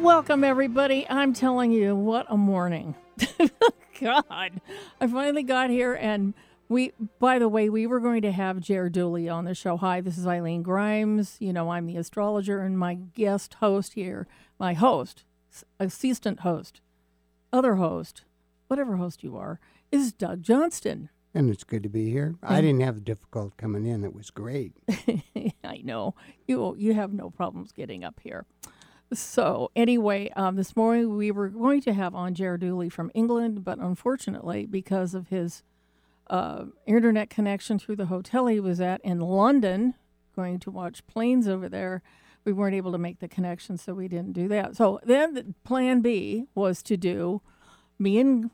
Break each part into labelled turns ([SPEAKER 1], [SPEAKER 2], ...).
[SPEAKER 1] welcome, everybody. I'm telling you, what a morning. God, I finally got here, and we, by the way, we were going to have Jared Dooley on the show. Hi, this is Eileen Grimes. You know, I'm the astrologer and my guest host here, my host, s- assistant host, other host, whatever host you are, is Doug Johnston.
[SPEAKER 2] And it's good to be here. I didn't have a difficult coming in. It was great.
[SPEAKER 1] I know you you have no problems getting up here. So anyway, um, this morning we were going to have on Jared Dooley from England, but unfortunately, because of his uh, internet connection through the hotel he was at in London, going to watch planes over there, we weren't able to make the connection, so we didn't do that. So then the plan B was to do me and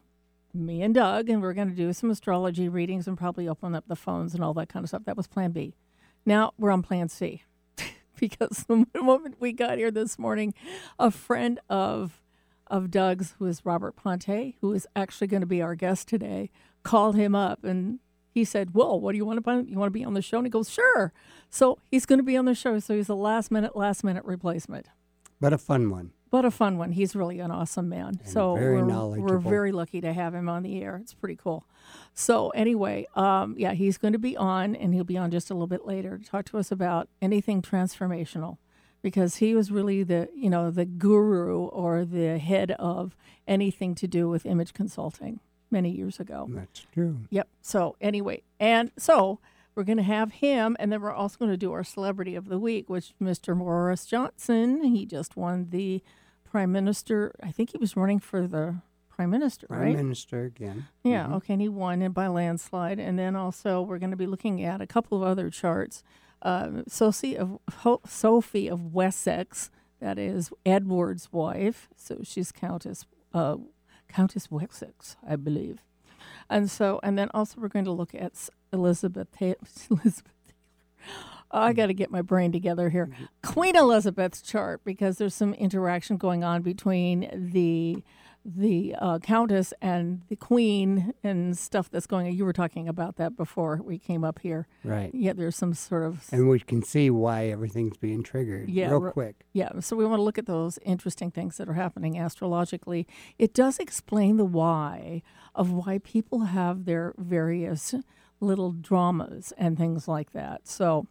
[SPEAKER 1] me and Doug, and we're going to do some astrology readings and probably open up the phones and all that kind of stuff. That was plan B. Now we're on plan C because the moment we got here this morning, a friend of of Doug's who is Robert Ponte, who is actually going to be our guest today, called him up and he said, "Well, what do you want to be? You want to be on the show?" And he goes, "Sure." So he's going to be on the show. So he's a last minute, last minute replacement,
[SPEAKER 2] But a fun one.
[SPEAKER 1] but a fun one. He's really an awesome man.
[SPEAKER 2] And
[SPEAKER 1] so
[SPEAKER 2] very
[SPEAKER 1] we're, we're
[SPEAKER 2] knowledgeable.
[SPEAKER 1] very lucky to have him on the air. It's pretty cool. So anyway, um, yeah, he's going to be on, and he'll be on just a little bit later to talk to us about anything transformational, because he was really the you know the guru or the head of anything to do with image consulting many years ago.
[SPEAKER 2] That's true.
[SPEAKER 1] Yep. So anyway, and so we're going to have him, and then we're also going to do our celebrity of the week, which Mr. Morris Johnson. He just won the prime minister. I think he was running for the prime minister,
[SPEAKER 2] Prime
[SPEAKER 1] right?
[SPEAKER 2] Minister again.
[SPEAKER 1] Yeah, okay, and he won it by landslide. And then also, we're going to be looking at a couple of other charts. Um, Sophie of Ho- Sophie of Wessex, that is Edward's wife, so she's Countess uh, Countess Wessex, I believe. And so, and then also, we're going to look at S- Elizabeth Ta- Elizabeth. Oh, I got to get my brain together here. Queen Elizabeth's chart because there's some interaction going on between the the uh, countess and the queen and stuff that's going on. You were talking about that before we came up here.
[SPEAKER 2] Right.
[SPEAKER 1] Yeah, there's some sort of
[SPEAKER 2] Mm-hmm. And we can see why everything's being triggered
[SPEAKER 1] Yeah,
[SPEAKER 2] real
[SPEAKER 1] ri-
[SPEAKER 2] quick.
[SPEAKER 1] yeah, so we want to look at those interesting things that are happening astrologically. It does explain the why of why people have their various little dramas and things like that. So,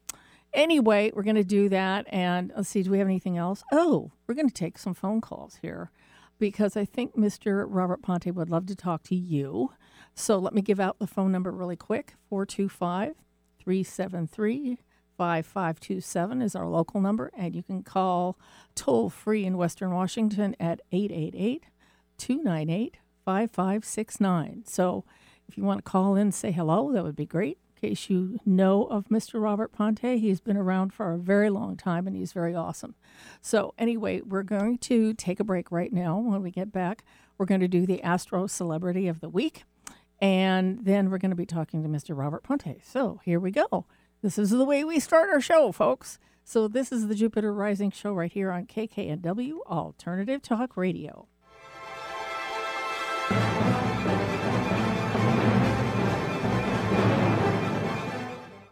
[SPEAKER 1] anyway, we're going to do that. And let's see, do we have anything else? Oh, we're going to take some phone calls here because I think Mr. Robert Ponte would love to talk to you. So, let me give out the phone number really quick 425 373 5527 is our local number, and you can call toll free in Western Washington at 888 298 5569. So if you want to call in and say hello, that would be great. In case you know of Mr. Robert Ponte, he's been around for a very long time and he's very awesome. So, anyway, we're going to take a break right now. When we get back, we're going to do the Astro Celebrity of the Week. And then we're going to be talking to Mr. Robert Ponte. So here we go. This is the way we start our show, folks. So this is the Jupiter Rising show right here on KKNW Alternative Talk Radio.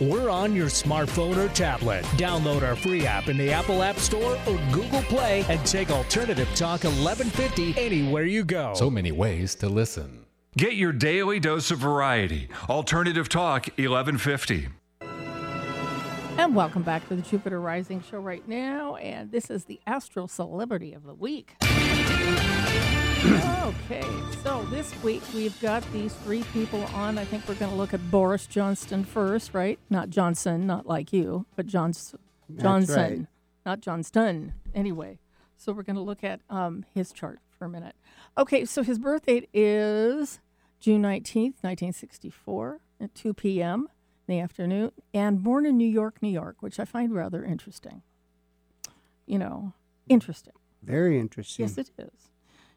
[SPEAKER 3] we're on your smartphone or tablet. Download our free app in the Apple App Store or Google Play and take Alternative Talk 1150 anywhere you go.
[SPEAKER 4] So many ways to listen.
[SPEAKER 5] Get your daily dose of variety. Alternative Talk 1150.
[SPEAKER 1] And welcome back to the Jupiter Rising show right now. And this is the Astro Celebrity of the Week. okay, so this week we've got these three people on. I think we're going to look at Boris Johnston first, right? Not Johnson, not like you, but Johns- Johnson,
[SPEAKER 2] right.
[SPEAKER 1] not Johnston. Anyway, so we're going to look at um, his chart for a minute. Okay, so his birth date is June 19th, 1964, at 2 p.m. in the afternoon, and born in New York, New York, which I find rather interesting. You know, interesting.
[SPEAKER 2] Very interesting.
[SPEAKER 1] Yes, it is.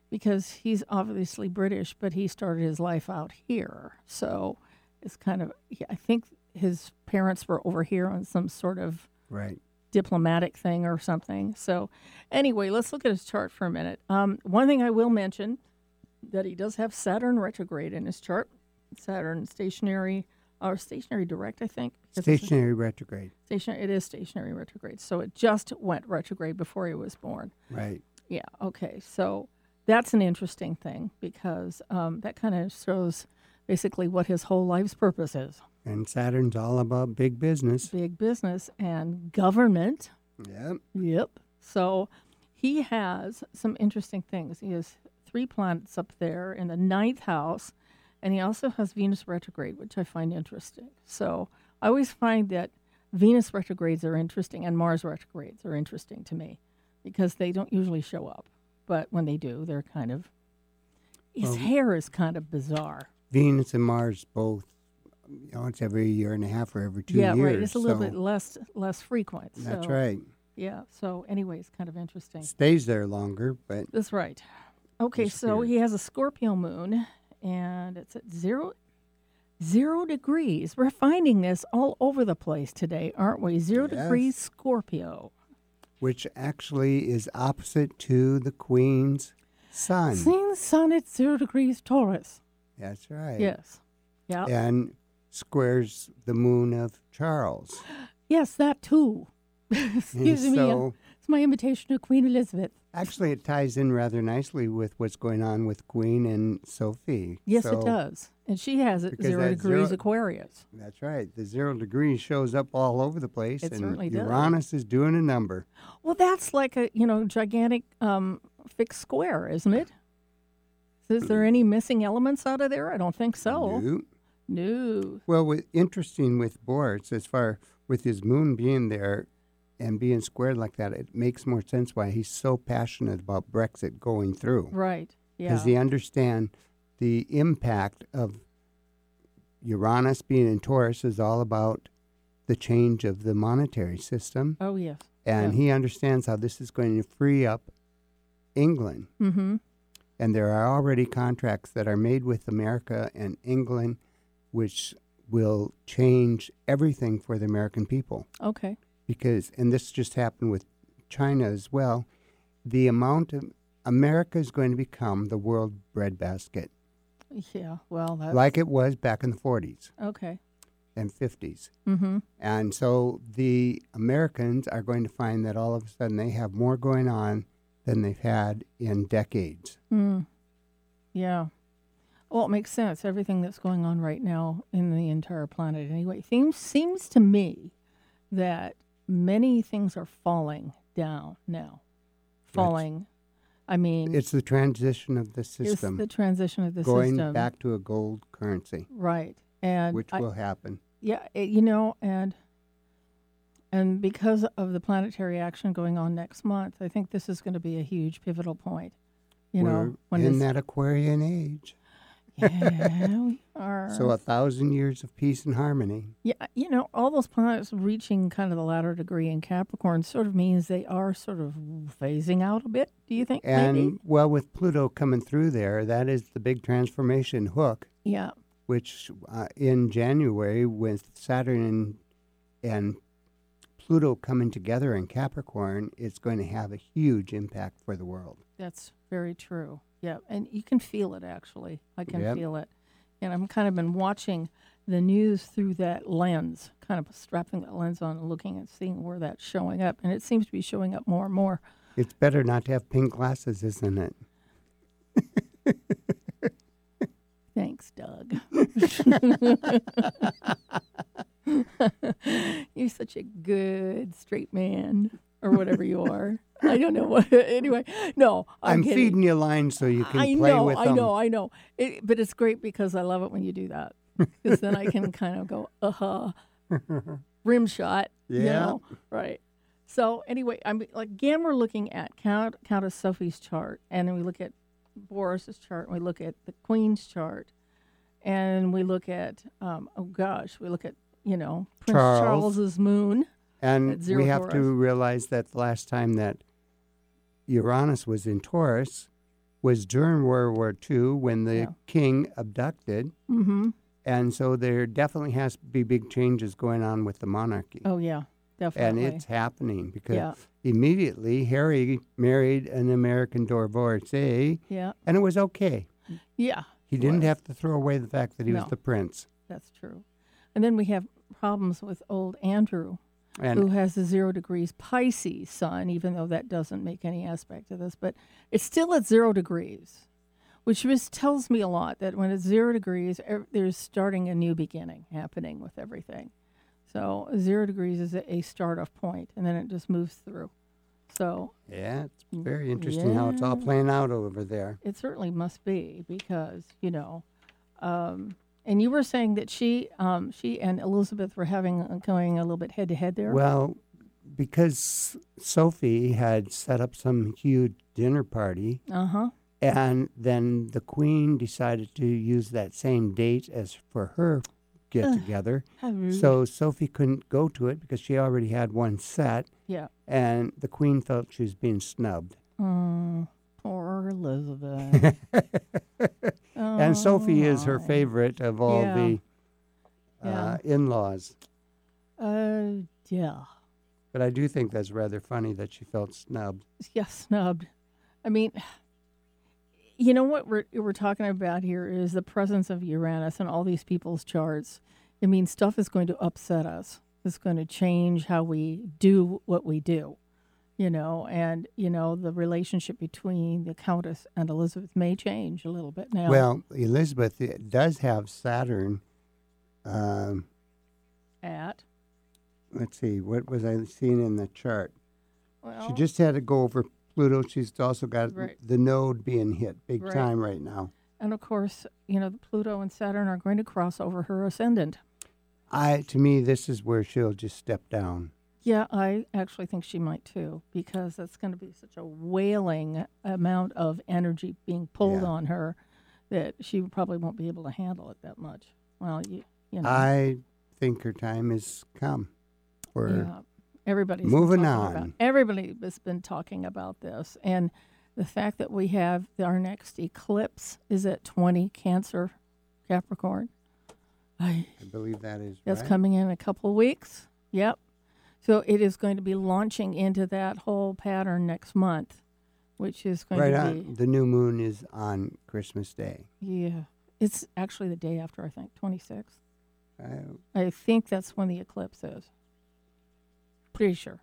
[SPEAKER 1] Because he's obviously British, but he started his life out here. So it's kind of, yeah, I think his parents were over here on some sort of
[SPEAKER 2] Right.
[SPEAKER 1] diplomatic thing or something. So, anyway, let's look at his chart for a minute. Um, one thing I will mention that he does have Saturn retrograde in his chart. Saturn stationary or stationary direct, I think. because it's a-
[SPEAKER 2] Stationary retrograde.
[SPEAKER 1] Stationary. It is stationary retrograde. So it just went retrograde before he was born.
[SPEAKER 2] Right.
[SPEAKER 1] Yeah. Okay. So that's an interesting thing because um, that kind of shows basically what his whole life's purpose is:
[SPEAKER 2] And Saturn's all about big business.
[SPEAKER 1] big business and government.
[SPEAKER 2] Yep.
[SPEAKER 1] Yep. So he has some interesting things. He has three planets up there in the ninth house, and he also has Venus retrograde, which I find interesting. So I always find that Venus retrogrades are interesting and Mars retrogrades are interesting to me because they don't usually show up. But when they do, they're kind of. His
[SPEAKER 2] Well-
[SPEAKER 1] hair is kind of bizarre.
[SPEAKER 2] Venus and Mars both. You know, it's every year and a half or every two
[SPEAKER 1] yeah,
[SPEAKER 2] years.
[SPEAKER 1] right. It's a little
[SPEAKER 2] so
[SPEAKER 1] bit less less frequent.
[SPEAKER 2] That's
[SPEAKER 1] so,
[SPEAKER 2] right.
[SPEAKER 1] Yeah. So, anyways, kind of interesting.
[SPEAKER 2] Stays there longer, but
[SPEAKER 1] That's right. Okay, so
[SPEAKER 2] Disappeared.
[SPEAKER 1] he has a Scorpio moon, and it's at zero, zero degrees. We're finding this all over the place today, aren't we? Zero degrees
[SPEAKER 2] Yes.
[SPEAKER 1] Scorpio.
[SPEAKER 2] which actually is opposite to the Queen's Sun.
[SPEAKER 1] Seeing sun at zero degrees Taurus.
[SPEAKER 2] That's right.
[SPEAKER 1] Yes. Yeah.
[SPEAKER 2] And squares the moon of Charles.
[SPEAKER 1] Yes, that too. Excuse me. uh,
[SPEAKER 2] so-
[SPEAKER 1] It's my invitation to Queen Elizabeth.
[SPEAKER 2] Actually, it ties in rather nicely with what's going on with Queen and Sophie.
[SPEAKER 1] Yes,
[SPEAKER 2] So-
[SPEAKER 1] it does. And she has it
[SPEAKER 2] Because
[SPEAKER 1] zero
[SPEAKER 2] that
[SPEAKER 1] degrees
[SPEAKER 2] zero-
[SPEAKER 1] Aquarius.
[SPEAKER 2] That's right. The zero degree shows up all over the place,
[SPEAKER 1] It
[SPEAKER 2] and
[SPEAKER 1] certainly does.
[SPEAKER 2] Uranus is doing a number.
[SPEAKER 1] Well, that's like a you know gigantic um, fixed square, isn't it? Is there any missing elements out of there? I don't think so.
[SPEAKER 2] Nope.
[SPEAKER 1] No.
[SPEAKER 2] Well, with, interesting with Boris, as far with his moon being there and being squared like that, it makes more sense why he's so passionate about Brexit going through.
[SPEAKER 1] Right. Yeah.
[SPEAKER 2] because they understand the impact of Uranus being in Taurus is all about the change of the monetary system,
[SPEAKER 1] oh yes.
[SPEAKER 2] and he understands how this is going to free up England.
[SPEAKER 1] Mm-hmm.
[SPEAKER 2] And there are already contracts that are made with America and England, which will change everything for the American people
[SPEAKER 1] Okay.
[SPEAKER 2] because and this just happened with China as well, the amount of America is going to become the world breadbasket,
[SPEAKER 1] Yeah. Well, that's
[SPEAKER 2] like it was back in the 40s
[SPEAKER 1] okay.
[SPEAKER 2] and 50s.
[SPEAKER 1] Mm-hmm.
[SPEAKER 2] And so the Americans are going to find that all of a sudden they have more going on than they've had in decades.
[SPEAKER 1] Mm. Yeah. Well, it makes sense. Everything that's going on right now in the entire planet, anyway, seems seems to me that many things are falling down now. Falling. I mean,
[SPEAKER 2] It's the transition of the
[SPEAKER 1] It's
[SPEAKER 2] system
[SPEAKER 1] the transition of the
[SPEAKER 2] going
[SPEAKER 1] system.
[SPEAKER 2] back to a gold currency,
[SPEAKER 1] Right. And
[SPEAKER 2] which
[SPEAKER 1] I-
[SPEAKER 2] will happen.
[SPEAKER 1] yeah, it- you know, and and because of the planetary action going on next month, I think this is going to be a huge pivotal point. You know,
[SPEAKER 2] We're in
[SPEAKER 1] this-
[SPEAKER 2] that Aquarian age.
[SPEAKER 1] yeah, we are.
[SPEAKER 2] So a thousand years of peace and harmony.
[SPEAKER 1] Yeah, uh, you know, all those planets reaching kind of the latter degree in Capricorn sort of means they are sort of phasing out a bit. Do you think?
[SPEAKER 2] And
[SPEAKER 1] maybe?
[SPEAKER 2] well, with Pluto coming through there, that is the big transformation hook,
[SPEAKER 1] yeah,
[SPEAKER 2] which uh, in January, with Saturn and, and Pluto coming together in Capricorn, it's going to have a huge impact for the world.
[SPEAKER 1] That's very true. Yeah, and you can feel it actually. I can
[SPEAKER 2] Yep.
[SPEAKER 1] feel it, and I'm kind of been watching the news through that lens, kind of strapping that lens on and looking and seeing where that's showing up, and it seems to be showing up more and more.
[SPEAKER 2] It's better not to have pink glasses, isn't it?
[SPEAKER 1] Thanks, Doug. You're such a good straight man, or whatever you are. I don't know what. Anyway, no, I'm,
[SPEAKER 2] I'm,
[SPEAKER 1] kidding.
[SPEAKER 2] feeding you lines so you can
[SPEAKER 1] I
[SPEAKER 2] play
[SPEAKER 1] know,
[SPEAKER 2] with
[SPEAKER 1] I
[SPEAKER 2] them.
[SPEAKER 1] know, I know. It, but it's great because I love it when you do that. Because then I can kind of go, uh huh, rim shot. You
[SPEAKER 2] Yeah.
[SPEAKER 1] know? Right. So anyway, I'm like, again, we're looking at Count Countess Sophie's chart, and then we look at Boris's chart, and we look at the Queen's chart, and we look at um, oh gosh, we look at you know Prince
[SPEAKER 2] Charles.
[SPEAKER 1] Charles's moon. At
[SPEAKER 2] And
[SPEAKER 1] zero
[SPEAKER 2] we have to
[SPEAKER 1] Taurus.
[SPEAKER 2] realize that the last time that Uranus was in Taurus was during World War II when the
[SPEAKER 1] Yeah.
[SPEAKER 2] king abducted
[SPEAKER 1] Mm-hmm.
[SPEAKER 2] And so there definitely has to be big changes going on with the monarchy.
[SPEAKER 1] Oh yeah,
[SPEAKER 2] and
[SPEAKER 1] definitely.
[SPEAKER 2] it's happening because
[SPEAKER 1] Yeah.
[SPEAKER 2] immediately Harry married an American divorcee,
[SPEAKER 1] yeah,
[SPEAKER 2] and it was okay.
[SPEAKER 1] yeah.
[SPEAKER 2] He didn't
[SPEAKER 1] was.
[SPEAKER 2] have to throw away the fact that he
[SPEAKER 1] No.
[SPEAKER 2] was the prince.
[SPEAKER 1] That's true. And then we have problems with old Andrew,
[SPEAKER 2] And
[SPEAKER 1] who has a zero degrees Pisces sun, even though that doesn't make any aspect of this, but it's still at zero degrees, which just tells me a lot that when it's zero degrees, ev- there's starting a new beginning happening with everything. So zero degrees is a, a start off point, and then it just moves through. So
[SPEAKER 2] yeah, it's
[SPEAKER 1] Mm,
[SPEAKER 2] very interesting how it's all playing out over there.
[SPEAKER 1] It certainly must be because you know, um, and you were saying that she, um, she and Elizabeth were having uh, going a little bit head to head there.
[SPEAKER 2] Well, because Sophie had set up some huge dinner party,
[SPEAKER 1] uh huh.
[SPEAKER 2] and then the queen decided to use that same date as for her get together. So Sophie couldn't go to it because she already had one set,
[SPEAKER 1] yeah,
[SPEAKER 2] and the queen felt she was being snubbed.
[SPEAKER 1] Mm, poor Elizabeth.
[SPEAKER 2] and Sophie is her favorite of
[SPEAKER 1] Oh,
[SPEAKER 2] all
[SPEAKER 1] Yeah.
[SPEAKER 2] the
[SPEAKER 1] Yeah.
[SPEAKER 2] uh, in laws.
[SPEAKER 1] Uh, yeah,
[SPEAKER 2] But I do think that's rather funny that she felt snubbed.
[SPEAKER 1] yeah, snubbed. I mean, you know what we're we're talking about here is the presence of Uranus in all these people's charts. I mean, stuff is going to upset us. It's going to change how we do what we do, you know. And you know, the relationship between the Countess and Elizabeth may change a little bit now.
[SPEAKER 2] Well, Elizabeth uh, does have Saturn. Um,
[SPEAKER 1] at
[SPEAKER 2] let's see, what was I seeing in the chart?
[SPEAKER 1] well,
[SPEAKER 2] She just had to go over Pluto. She's also got
[SPEAKER 1] Right.
[SPEAKER 2] the node being hit big
[SPEAKER 1] Right.
[SPEAKER 2] time right now.
[SPEAKER 1] and of course, you know, Pluto and Saturn are going to cross over her ascendant.
[SPEAKER 2] I to me, this is where she'll just step down.
[SPEAKER 1] Yeah, I actually think she might too, because that's going to be such a wailing amount of energy being pulled
[SPEAKER 2] Yeah.
[SPEAKER 1] on her that she probably won't be able to handle it that much. Well, you, you know,
[SPEAKER 2] I think her time has come. For
[SPEAKER 1] yeah, everybody's been
[SPEAKER 2] Moving
[SPEAKER 1] talking About,
[SPEAKER 2] on.
[SPEAKER 1] everybody has been talking about this, and the fact that we have our next eclipse is at twenty Cancer, Capricorn. I,
[SPEAKER 2] I believe that is
[SPEAKER 1] That's
[SPEAKER 2] right.
[SPEAKER 1] coming in a couple of weeks. Yep. So it is going to be launching into that whole pattern next month, which is going
[SPEAKER 2] right
[SPEAKER 1] to
[SPEAKER 2] on. The new moon is on Christmas Day.
[SPEAKER 1] be yeah. It's actually the day after I think twenty sixth.
[SPEAKER 2] I,
[SPEAKER 1] I think that's when the eclipse is. Pretty sure.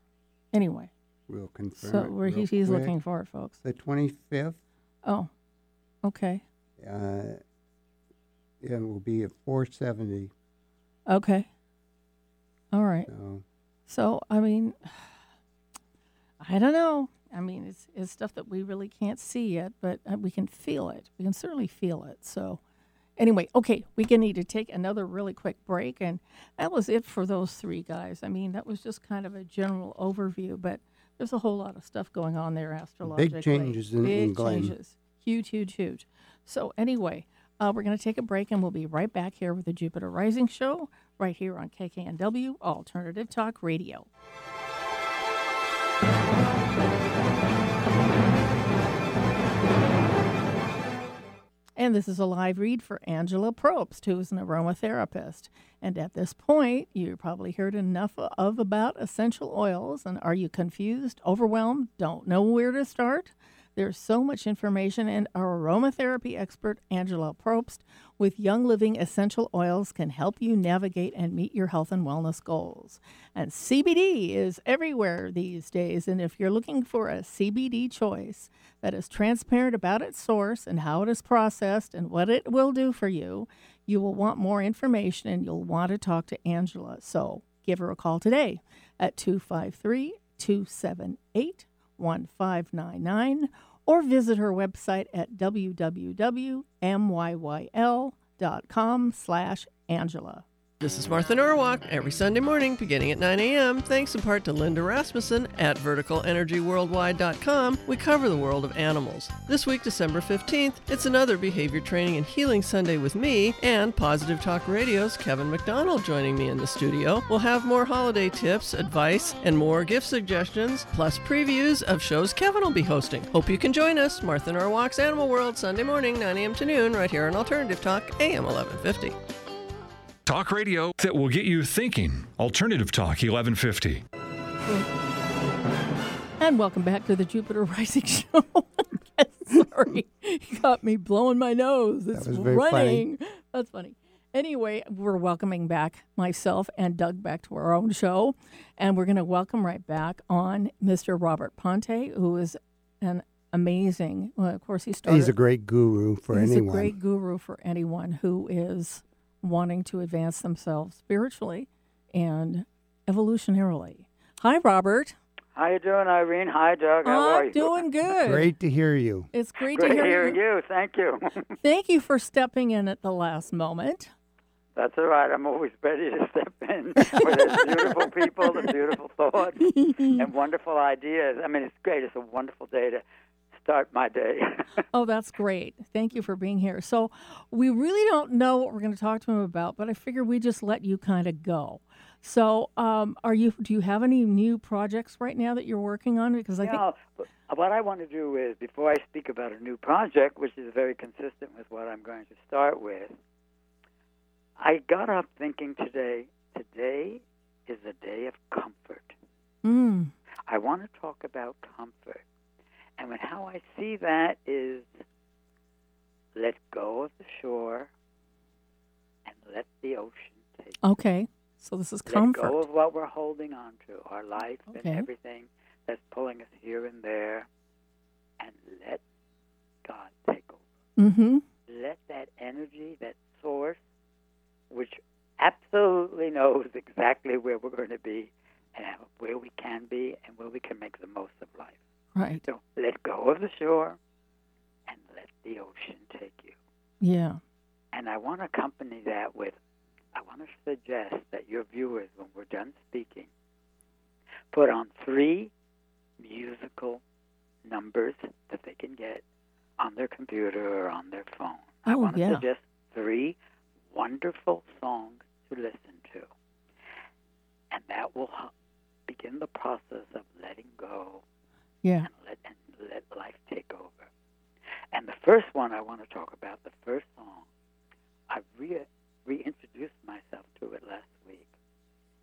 [SPEAKER 1] Anyway,
[SPEAKER 2] we'll confirm.
[SPEAKER 1] so
[SPEAKER 2] it
[SPEAKER 1] where
[SPEAKER 2] real
[SPEAKER 1] he's, he's
[SPEAKER 2] quick.
[SPEAKER 1] looking for it, folks.
[SPEAKER 2] The twenty fifth.
[SPEAKER 1] Oh, okay,
[SPEAKER 2] Uh, it will be at four seventy.
[SPEAKER 1] okay, all right.
[SPEAKER 2] So
[SPEAKER 1] So I mean, I don't know. I mean, it's it's stuff that we really can't see yet, but uh, we can feel it. We can certainly feel it. So anyway, okay, we can need to take another really quick break, and that was it for those three guys. I mean, that was just kind of a general overview, but there's a whole lot of stuff going on there astrologically.
[SPEAKER 2] changes in- in
[SPEAKER 1] Big
[SPEAKER 2] Glenn.
[SPEAKER 1] changes. Huge, huge, huge. So anyway. Uh, we're going to take a break and we'll be right back here with the Jupiter Rising Show right here on KKNW Alternative Talk Radio. And this is a live read for Angela Probst, who is an aromatherapist. And at this point, you probably heard enough of about essential oils. And are you confused, overwhelmed, don't know where to start? There's so much information, and our aromatherapy expert, Angela Probst, with Young Living Essential Oils can help you navigate and meet your health and wellness goals. And CBD is everywhere these days. And if you're looking for a CBD choice that is transparent about its source and how it is processed and what it will do for you, you will want more information and you'll want to talk to Angela. So give her a call today at 253 278 1599 or visit her website at www.myyl.com slash Angela.
[SPEAKER 6] This is Martha Norwalk every Sunday morning beginning at 9 a.m. Thanks in part to Linda Rasmussen at verticalenergyworldwide.com. We cover the world of animals. This week, December 15th, it's another Behavior Training and Healing Sunday with me and Positive Talk Radio's Kevin McDonald joining me in the studio. We'll have more holiday tips, advice, and more gift suggestions, plus previews of shows Kevin will be hosting. Hope you can join us, Martha Norwalk's Animal World, Sunday morning, 9 a.m. to noon, right here on Alternative Talk, AM 1150.
[SPEAKER 5] Talk radio that will get you thinking. Alternative Talk 1150.
[SPEAKER 1] And welcome back to the Jupiter Rising Show. Again, Sorry, you got me blowing my nose. It's
[SPEAKER 2] was very funny.
[SPEAKER 1] running. That's funny. Anyway, we're welcoming back myself and Doug back to our own show. And we're going to welcome right back on Mr. Robert Ponte, who is an amazing, well, of course, he started.
[SPEAKER 2] He's a great guru for
[SPEAKER 1] He's
[SPEAKER 2] anyone.
[SPEAKER 1] a great guru for anyone who is wanting to advance themselves spiritually and evolutionarily. Hi, Robert.
[SPEAKER 7] How you doing, Irene? Hi, Doug. How are
[SPEAKER 1] I'm
[SPEAKER 7] you?
[SPEAKER 1] doing good.
[SPEAKER 2] Great to hear you.
[SPEAKER 1] It's great,
[SPEAKER 7] Great
[SPEAKER 1] to hear you.
[SPEAKER 7] you. Thank you.
[SPEAKER 1] Thank you for stepping in at the last moment.
[SPEAKER 7] That's all right. I'm always ready to step in with those beautiful people, the beautiful thoughts, and wonderful ideas. I mean, it's great. It's a wonderful day to start my day.
[SPEAKER 1] Oh, that's great. Thank you for being here. So, we really don't know what we're going to talk to him about, but I figure we just let you kind of go. So, um, are you? Do you have any new projects right now that you're working on? Because I think
[SPEAKER 7] now, what I want to do is, before I speak about a new project, which is very consistent with what I'm going to start with, I got up thinking today, today is a day of comfort.
[SPEAKER 1] Mm,
[SPEAKER 7] I want to talk about comfort. And when, how I see that is let go of the shore and let the ocean take
[SPEAKER 1] okay. So this is comfort.
[SPEAKER 7] let go of what we're holding on to, our life
[SPEAKER 1] Okay.
[SPEAKER 7] and everything that's pulling us here and there, and let God take over.
[SPEAKER 1] Mm-hmm.
[SPEAKER 7] Let that energy, that source, which absolutely knows exactly where we're going to be and how- where we can be and where we can make the most of life.
[SPEAKER 1] Right.
[SPEAKER 7] So let go of the shore and let the ocean take you.
[SPEAKER 1] Yeah.
[SPEAKER 7] And I want to accompany that with I want to suggest that your viewers, when we're done speaking, put on three musical numbers that they can get on their computer or on their phone. I
[SPEAKER 1] Oh,
[SPEAKER 7] want to
[SPEAKER 1] yeah.
[SPEAKER 7] suggest three wonderful songs to listen to. And that will help begin the process of letting go
[SPEAKER 1] Yeah.
[SPEAKER 7] and let, and let life take over. And the first one I want to talk about, the first song, I re- reintroduced myself to it last week.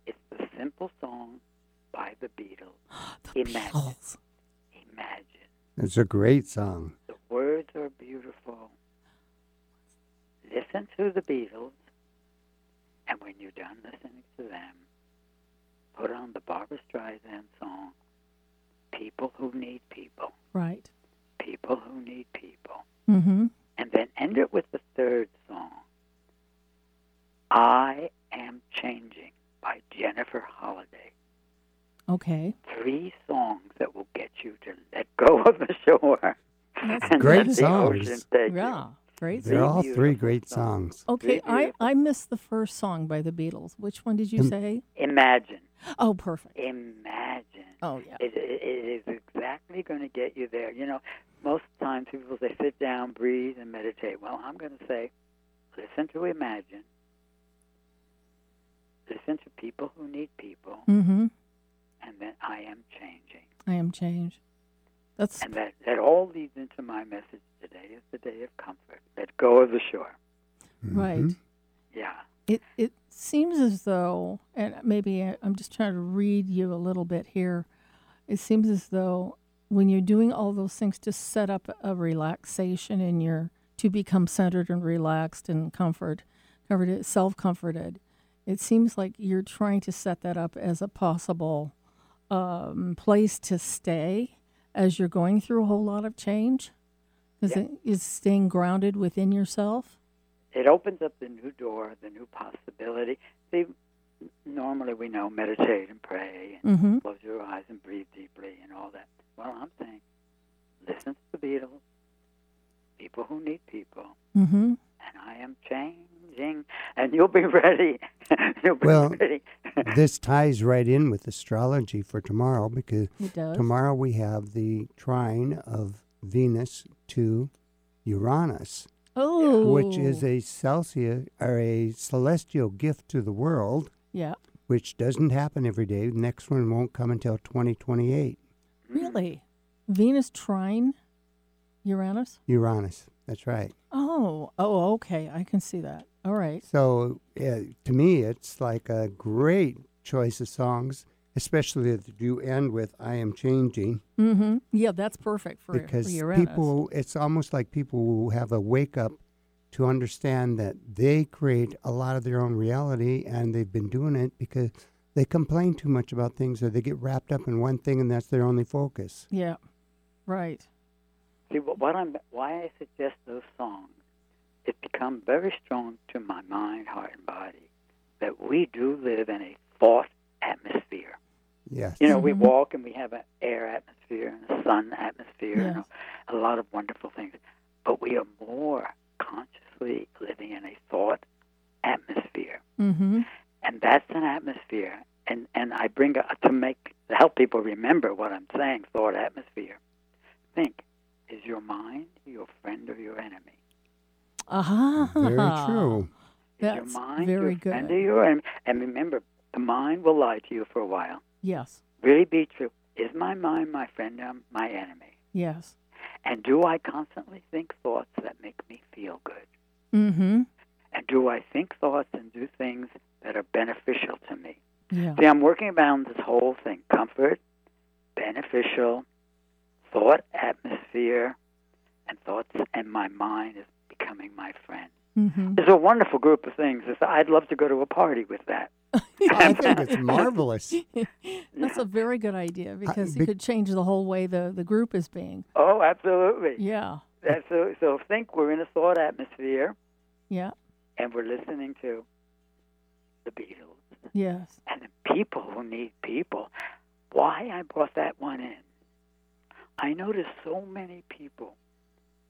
[SPEAKER 7] It's the simple song by the Beatles.
[SPEAKER 1] The
[SPEAKER 7] Imagine.
[SPEAKER 1] Beatles.
[SPEAKER 7] Imagine.
[SPEAKER 2] It's a great song.
[SPEAKER 7] The words are beautiful. Listen to the Beatles, and when you're done listening to them, put on the Barbara Streisand song, People Who Need People,
[SPEAKER 1] Right.
[SPEAKER 7] People Who Need People.
[SPEAKER 1] Mm-hmm.
[SPEAKER 7] and then end it with the third song, I Am Changing by Jennifer Holliday.
[SPEAKER 1] Okay.
[SPEAKER 7] Three songs that will get you to let go of the shore.
[SPEAKER 1] That's
[SPEAKER 7] and
[SPEAKER 2] great
[SPEAKER 7] let the
[SPEAKER 2] songs.
[SPEAKER 7] ocean take you.
[SPEAKER 1] Yeah. Great.
[SPEAKER 7] Very
[SPEAKER 2] They're all three
[SPEAKER 7] beautiful
[SPEAKER 2] great
[SPEAKER 7] song.
[SPEAKER 2] songs.
[SPEAKER 1] Okay. I,
[SPEAKER 7] beautiful.
[SPEAKER 1] I missed the first song by the Beatles. Which one did you
[SPEAKER 2] Im-
[SPEAKER 1] say?
[SPEAKER 7] Imagine.
[SPEAKER 1] Oh, perfect.
[SPEAKER 7] Imagine.
[SPEAKER 1] Oh, yeah.
[SPEAKER 7] It, it, it is exactly going to get you there. You know, most times people say sit down, breathe, and meditate. Well, I'm going to say listen to Imagine, listen to people who need people,
[SPEAKER 1] Mm-hmm.
[SPEAKER 7] and then I am changing.
[SPEAKER 1] I am change. That's
[SPEAKER 7] And that, that all leads into my message today is the day of comfort. Let go of the shore.
[SPEAKER 1] right.
[SPEAKER 2] Mhm.
[SPEAKER 7] Yeah.
[SPEAKER 1] It it seems as though, and maybe I- I'm just trying to read you a little bit here. It seems as though when you're doing all those things to set up a relaxation in your to become centered and relaxed and comfort, comforted, self comforted, it seems like you're trying to set that up as a possible um, place to stay as you're going through a whole lot of change. Is
[SPEAKER 7] Yeah.
[SPEAKER 1] it is staying grounded within yourself?
[SPEAKER 7] it opens up the new door, the new possibility. See, n- normally we know meditate and pray and
[SPEAKER 1] Mhm.
[SPEAKER 7] close your eyes and breathe deeply and all that. Well, I'm saying listen to the Beatles, people who need people,
[SPEAKER 1] Mm-hmm.
[SPEAKER 7] and I am changing, and you'll be ready. you'll be
[SPEAKER 2] Well,
[SPEAKER 7] ready.
[SPEAKER 2] this ties right in with astrology for tomorrow because
[SPEAKER 1] It does.
[SPEAKER 2] tomorrow we have the trine of Venus to Uranus,
[SPEAKER 1] Oh,
[SPEAKER 2] which is a Celsius or a celestial gift to the world,
[SPEAKER 1] yeah,
[SPEAKER 2] which doesn't happen every day. The next one won't come until 2028.
[SPEAKER 1] really Venus trine Uranus.
[SPEAKER 2] Uranus. That's right.
[SPEAKER 1] Oh, oh, okay, I can see that. All right.
[SPEAKER 2] So uh, to me, it's like a great choice of songs, especially that you end with "I am changing,"
[SPEAKER 1] Mm-hmm. Yeah, that's perfect for, for
[SPEAKER 2] because
[SPEAKER 1] Uranus.
[SPEAKER 2] people. It's almost like people who have a wake up to understand that they create a lot of their own reality, and they've been doing it because they complain too much about things, or they get wrapped up in one thing, and that's their only focus.
[SPEAKER 1] Yeah. Right.
[SPEAKER 7] See, wh- what I'm, why I suggest those songs, it's become very strong to my mind, heart, and body that we do live in a false atmosphere.
[SPEAKER 2] Yes.
[SPEAKER 7] You know, we
[SPEAKER 1] Mhm.
[SPEAKER 7] walk and we have an air atmosphere and a sun atmosphere
[SPEAKER 1] Yes.
[SPEAKER 7] and a, a lot of wonderful things, but we are more consciously living in a thought atmosphere,
[SPEAKER 1] Mm-hmm.
[SPEAKER 7] and that's an atmosphere. And and I bring a, to make to help people remember what I'm saying. Thought atmosphere. Think: is your mind your friend or your enemy?
[SPEAKER 1] Aha.
[SPEAKER 2] Very true.
[SPEAKER 7] Is your
[SPEAKER 1] That's
[SPEAKER 7] mind
[SPEAKER 1] very
[SPEAKER 7] your friend
[SPEAKER 1] good.
[SPEAKER 7] or your enemy? And remember, the mind will lie to you for a while.
[SPEAKER 1] Yes.
[SPEAKER 7] Really, be true. Is my mind my friend or my enemy?
[SPEAKER 1] Yes.
[SPEAKER 7] And do I constantly think thoughts that make me feel good?
[SPEAKER 1] Mm-hmm.
[SPEAKER 7] And do I think thoughts and do things that are beneficial to me?
[SPEAKER 1] Yeah.
[SPEAKER 7] See, I'm working around this whole thing comfort, beneficial, thought atmosphere, and thoughts, and my mind is becoming my friend.
[SPEAKER 1] Mm-hmm.
[SPEAKER 7] It's a wonderful group of things. It's- I'd love to go to a party with that.
[SPEAKER 2] I think it's marvelous.
[SPEAKER 1] That's a very good idea because
[SPEAKER 2] be-
[SPEAKER 1] it could change the whole way the, the group is being.
[SPEAKER 7] Oh, absolutely.
[SPEAKER 1] Yeah.
[SPEAKER 7] So, so think we're in a thought atmosphere
[SPEAKER 1] Yeah.
[SPEAKER 7] and we're listening to the Beatles.
[SPEAKER 1] Yes.
[SPEAKER 7] and the people who need people. Why I brought that one in. I noticed so many people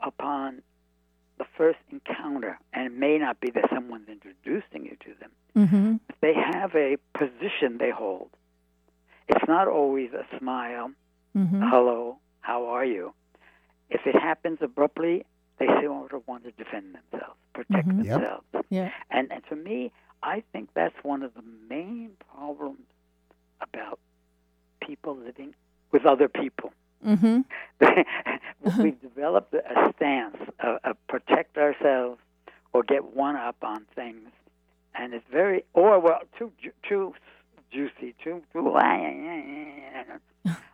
[SPEAKER 7] upon the first encounter, and it may not be that someone's introducing you to them,
[SPEAKER 1] Mm-hmm.
[SPEAKER 7] but they have a position they hold. It's not always a smile,
[SPEAKER 1] Mm-hmm.
[SPEAKER 7] hello, how are you? If it happens abruptly, they sort of want to defend themselves, protect
[SPEAKER 1] Mhm.
[SPEAKER 2] Yep.
[SPEAKER 7] themselves.
[SPEAKER 1] Yeah.
[SPEAKER 7] And, and to me, I think that's one of the main problems about people living with other people.
[SPEAKER 1] Mm-hmm.
[SPEAKER 7] We've developed a stance of, of protect ourselves or get one up on things, and it's very or well too ju- too juicy, too too.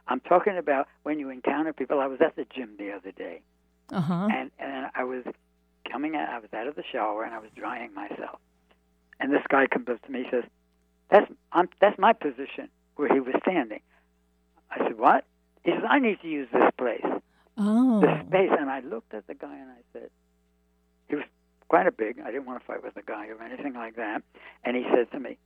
[SPEAKER 7] I'm talking about when you encounter people. I was at the gym the other day,
[SPEAKER 1] Uh-huh.
[SPEAKER 7] and and I was coming out. I was out of the shower and I was drying myself. And this guy comes up to me. He says, "That's I'm, that's my position where he was standing." I said, "What?" He says, "I need to use this place, this
[SPEAKER 1] Oh.
[SPEAKER 7] space." And I looked at the guy and I said, "He was quite a big. I didn't want to fight with the guy or anything like that." And he said to me,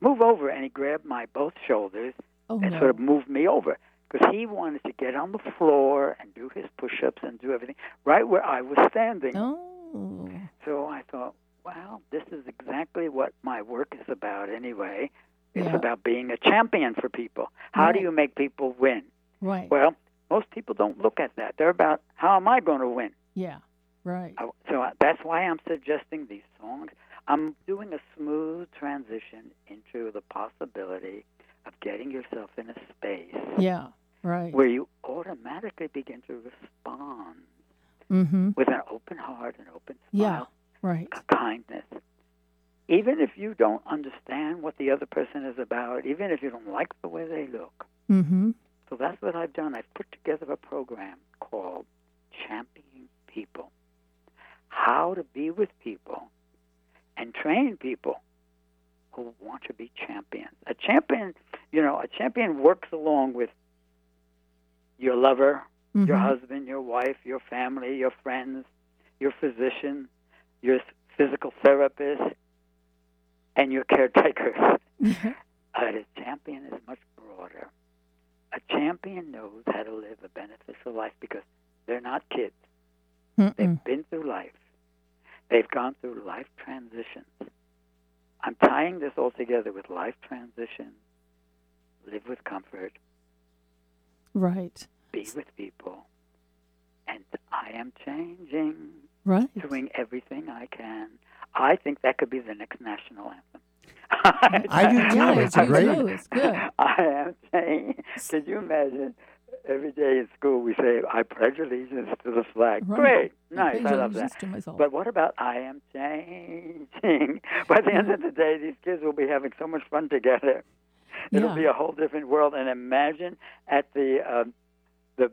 [SPEAKER 7] "Move over." And he grabbed my both shoulders
[SPEAKER 1] Oh,
[SPEAKER 7] and
[SPEAKER 1] no.
[SPEAKER 7] sort of moved me over because he wanted to get on the floor and do his push-ups and do everything right where I was standing.
[SPEAKER 1] Oh.
[SPEAKER 7] So I thought, wow, this is exactly what my work is about anyway. It's
[SPEAKER 1] Yeah.
[SPEAKER 7] about being a champion for people. How do
[SPEAKER 1] Right.
[SPEAKER 7] you make people win?
[SPEAKER 1] Right.
[SPEAKER 7] Well, most people don't look at that. They're about how am I going to win?
[SPEAKER 1] Yeah. Right.
[SPEAKER 7] I- So I- that's why I'm suggesting these songs. I'm doing a smooth transition into the possibility of getting yourself in a space
[SPEAKER 1] Yeah. Right.
[SPEAKER 7] where you automatically begin to respond
[SPEAKER 1] Mm-hmm.
[SPEAKER 7] with an open heart and open
[SPEAKER 1] Yeah.
[SPEAKER 7] smile,
[SPEAKER 1] Right.
[SPEAKER 7] a kindness. Even if you don't understand what the other person is about, even if you don't like the way they look.
[SPEAKER 1] Mm-hmm.
[SPEAKER 7] So that's what I've done. I've put together a program called Championing People How to Be with People and Train People Who Want to Be Champions. A champion, you know, a champion works along with your lover,
[SPEAKER 1] Mm-hmm.
[SPEAKER 7] your husband, your wife, your family, your friends, your physician, your s- physical therapist, and your caretakers.
[SPEAKER 1] husband.
[SPEAKER 7] But a champion is much broader. A champion knows how to live a beneficial life because they're not kids. They've
[SPEAKER 1] Mm-hmm.
[SPEAKER 7] been through life. They've gone through life transitions. I'm tying this all together with life transitions. Live with comfort.
[SPEAKER 1] Right.
[SPEAKER 7] Be with people. And I am changing,
[SPEAKER 1] Right.
[SPEAKER 7] doing everything I can. I think that could be the next national anthem.
[SPEAKER 2] I do too.
[SPEAKER 1] Yeah,
[SPEAKER 2] It's a
[SPEAKER 1] you
[SPEAKER 2] great-
[SPEAKER 1] do. It's good.
[SPEAKER 7] I am saying, could you imagine every day in school we say, I pledge allegiance to the flag.
[SPEAKER 1] Right.
[SPEAKER 7] Great,
[SPEAKER 1] I
[SPEAKER 7] nice,
[SPEAKER 1] pledge
[SPEAKER 7] I love
[SPEAKER 1] allegiance
[SPEAKER 7] that.
[SPEAKER 1] to myself.
[SPEAKER 7] But what about I am changing? By the end of the day, these kids will be having so much fun together. It'll
[SPEAKER 1] Yeah.
[SPEAKER 7] be a whole different world. And imagine at the um, the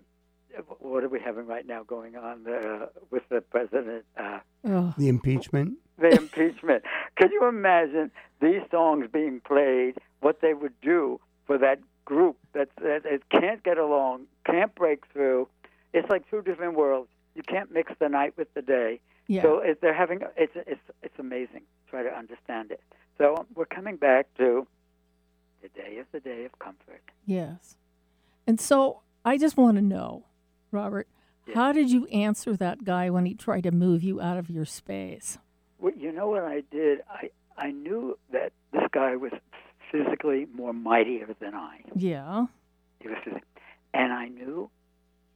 [SPEAKER 7] what are we having right now going on uh, with the president? Uh,
[SPEAKER 1] Ugh.
[SPEAKER 2] The impeachment.
[SPEAKER 7] the impeachment. Can you imagine these songs being played? What they would do for that group that that it can't get along, can't break through. It's like two different worlds. You can't mix the night with the day.
[SPEAKER 1] Yeah.
[SPEAKER 7] So it, they're having it's it's it's amazing. Try to understand it. So we're coming back to today is the day of comfort.
[SPEAKER 1] Yes. And so I just want to know, Robert,
[SPEAKER 7] Yeah.
[SPEAKER 1] how did you answer that guy when he tried to move you out of your space?
[SPEAKER 7] Well, you know what I did? I I knew that this guy was physically more mightier than I.
[SPEAKER 1] Yeah.
[SPEAKER 7] He was just, and I knew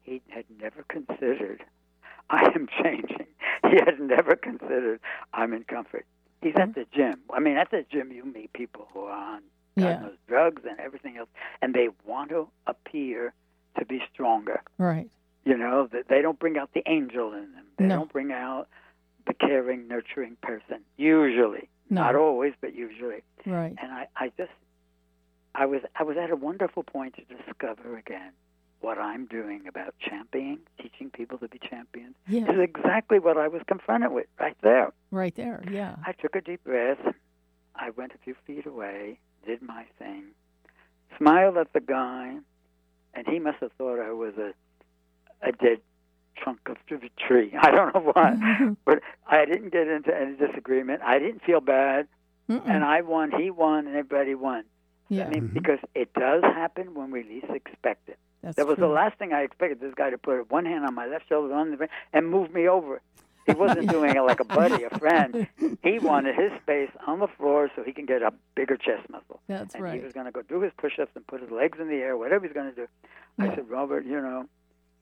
[SPEAKER 7] he had never considered I am changing. He had never considered I'm in comfort. He's
[SPEAKER 1] Mm-hmm.
[SPEAKER 7] at the gym. I mean, at the gym, you meet people who are on God
[SPEAKER 1] Yeah.
[SPEAKER 7] knows, drugs and everything else, and they want to appear to be stronger.
[SPEAKER 1] Right.
[SPEAKER 7] You know, that they don't bring out the angel in them. They
[SPEAKER 1] No.
[SPEAKER 7] don't bring out the caring, nurturing person. Usually,
[SPEAKER 1] No.
[SPEAKER 7] not always, but usually
[SPEAKER 1] Right.
[SPEAKER 7] and I, I just I was I was at a wonderful point to discover again what I'm doing about championing, teaching people to be champions
[SPEAKER 1] Yeah. Uh-huh.
[SPEAKER 7] is exactly what I was confronted with right there.
[SPEAKER 1] Right there. Yeah.
[SPEAKER 7] I took a deep breath, I went a few feet away, did my thing, smiled at the guy, and he must have thought I was a a dead trunk of a tree. I don't know what. but I didn't get into any disagreement. I didn't feel bad
[SPEAKER 1] Mm-mm.
[SPEAKER 7] and I won, he won, and everybody won.
[SPEAKER 1] yeah.
[SPEAKER 7] I mean,
[SPEAKER 2] Mhm.
[SPEAKER 7] because it does happen when we least expect it.
[SPEAKER 1] that's
[SPEAKER 7] that was
[SPEAKER 1] true.
[SPEAKER 7] the last thing I expected. This guy to put one hand on my left shoulder, on the right, and move me over. He wasn't doing it like a buddy, a friend. He wanted his space on the floor so he can get a bigger chest muscle.
[SPEAKER 1] That's
[SPEAKER 7] and
[SPEAKER 1] right.
[SPEAKER 7] he was going to go do his push-ups and put his legs in the air, whatever he's going to do.
[SPEAKER 1] Yeah.
[SPEAKER 7] I said, Robert, you know,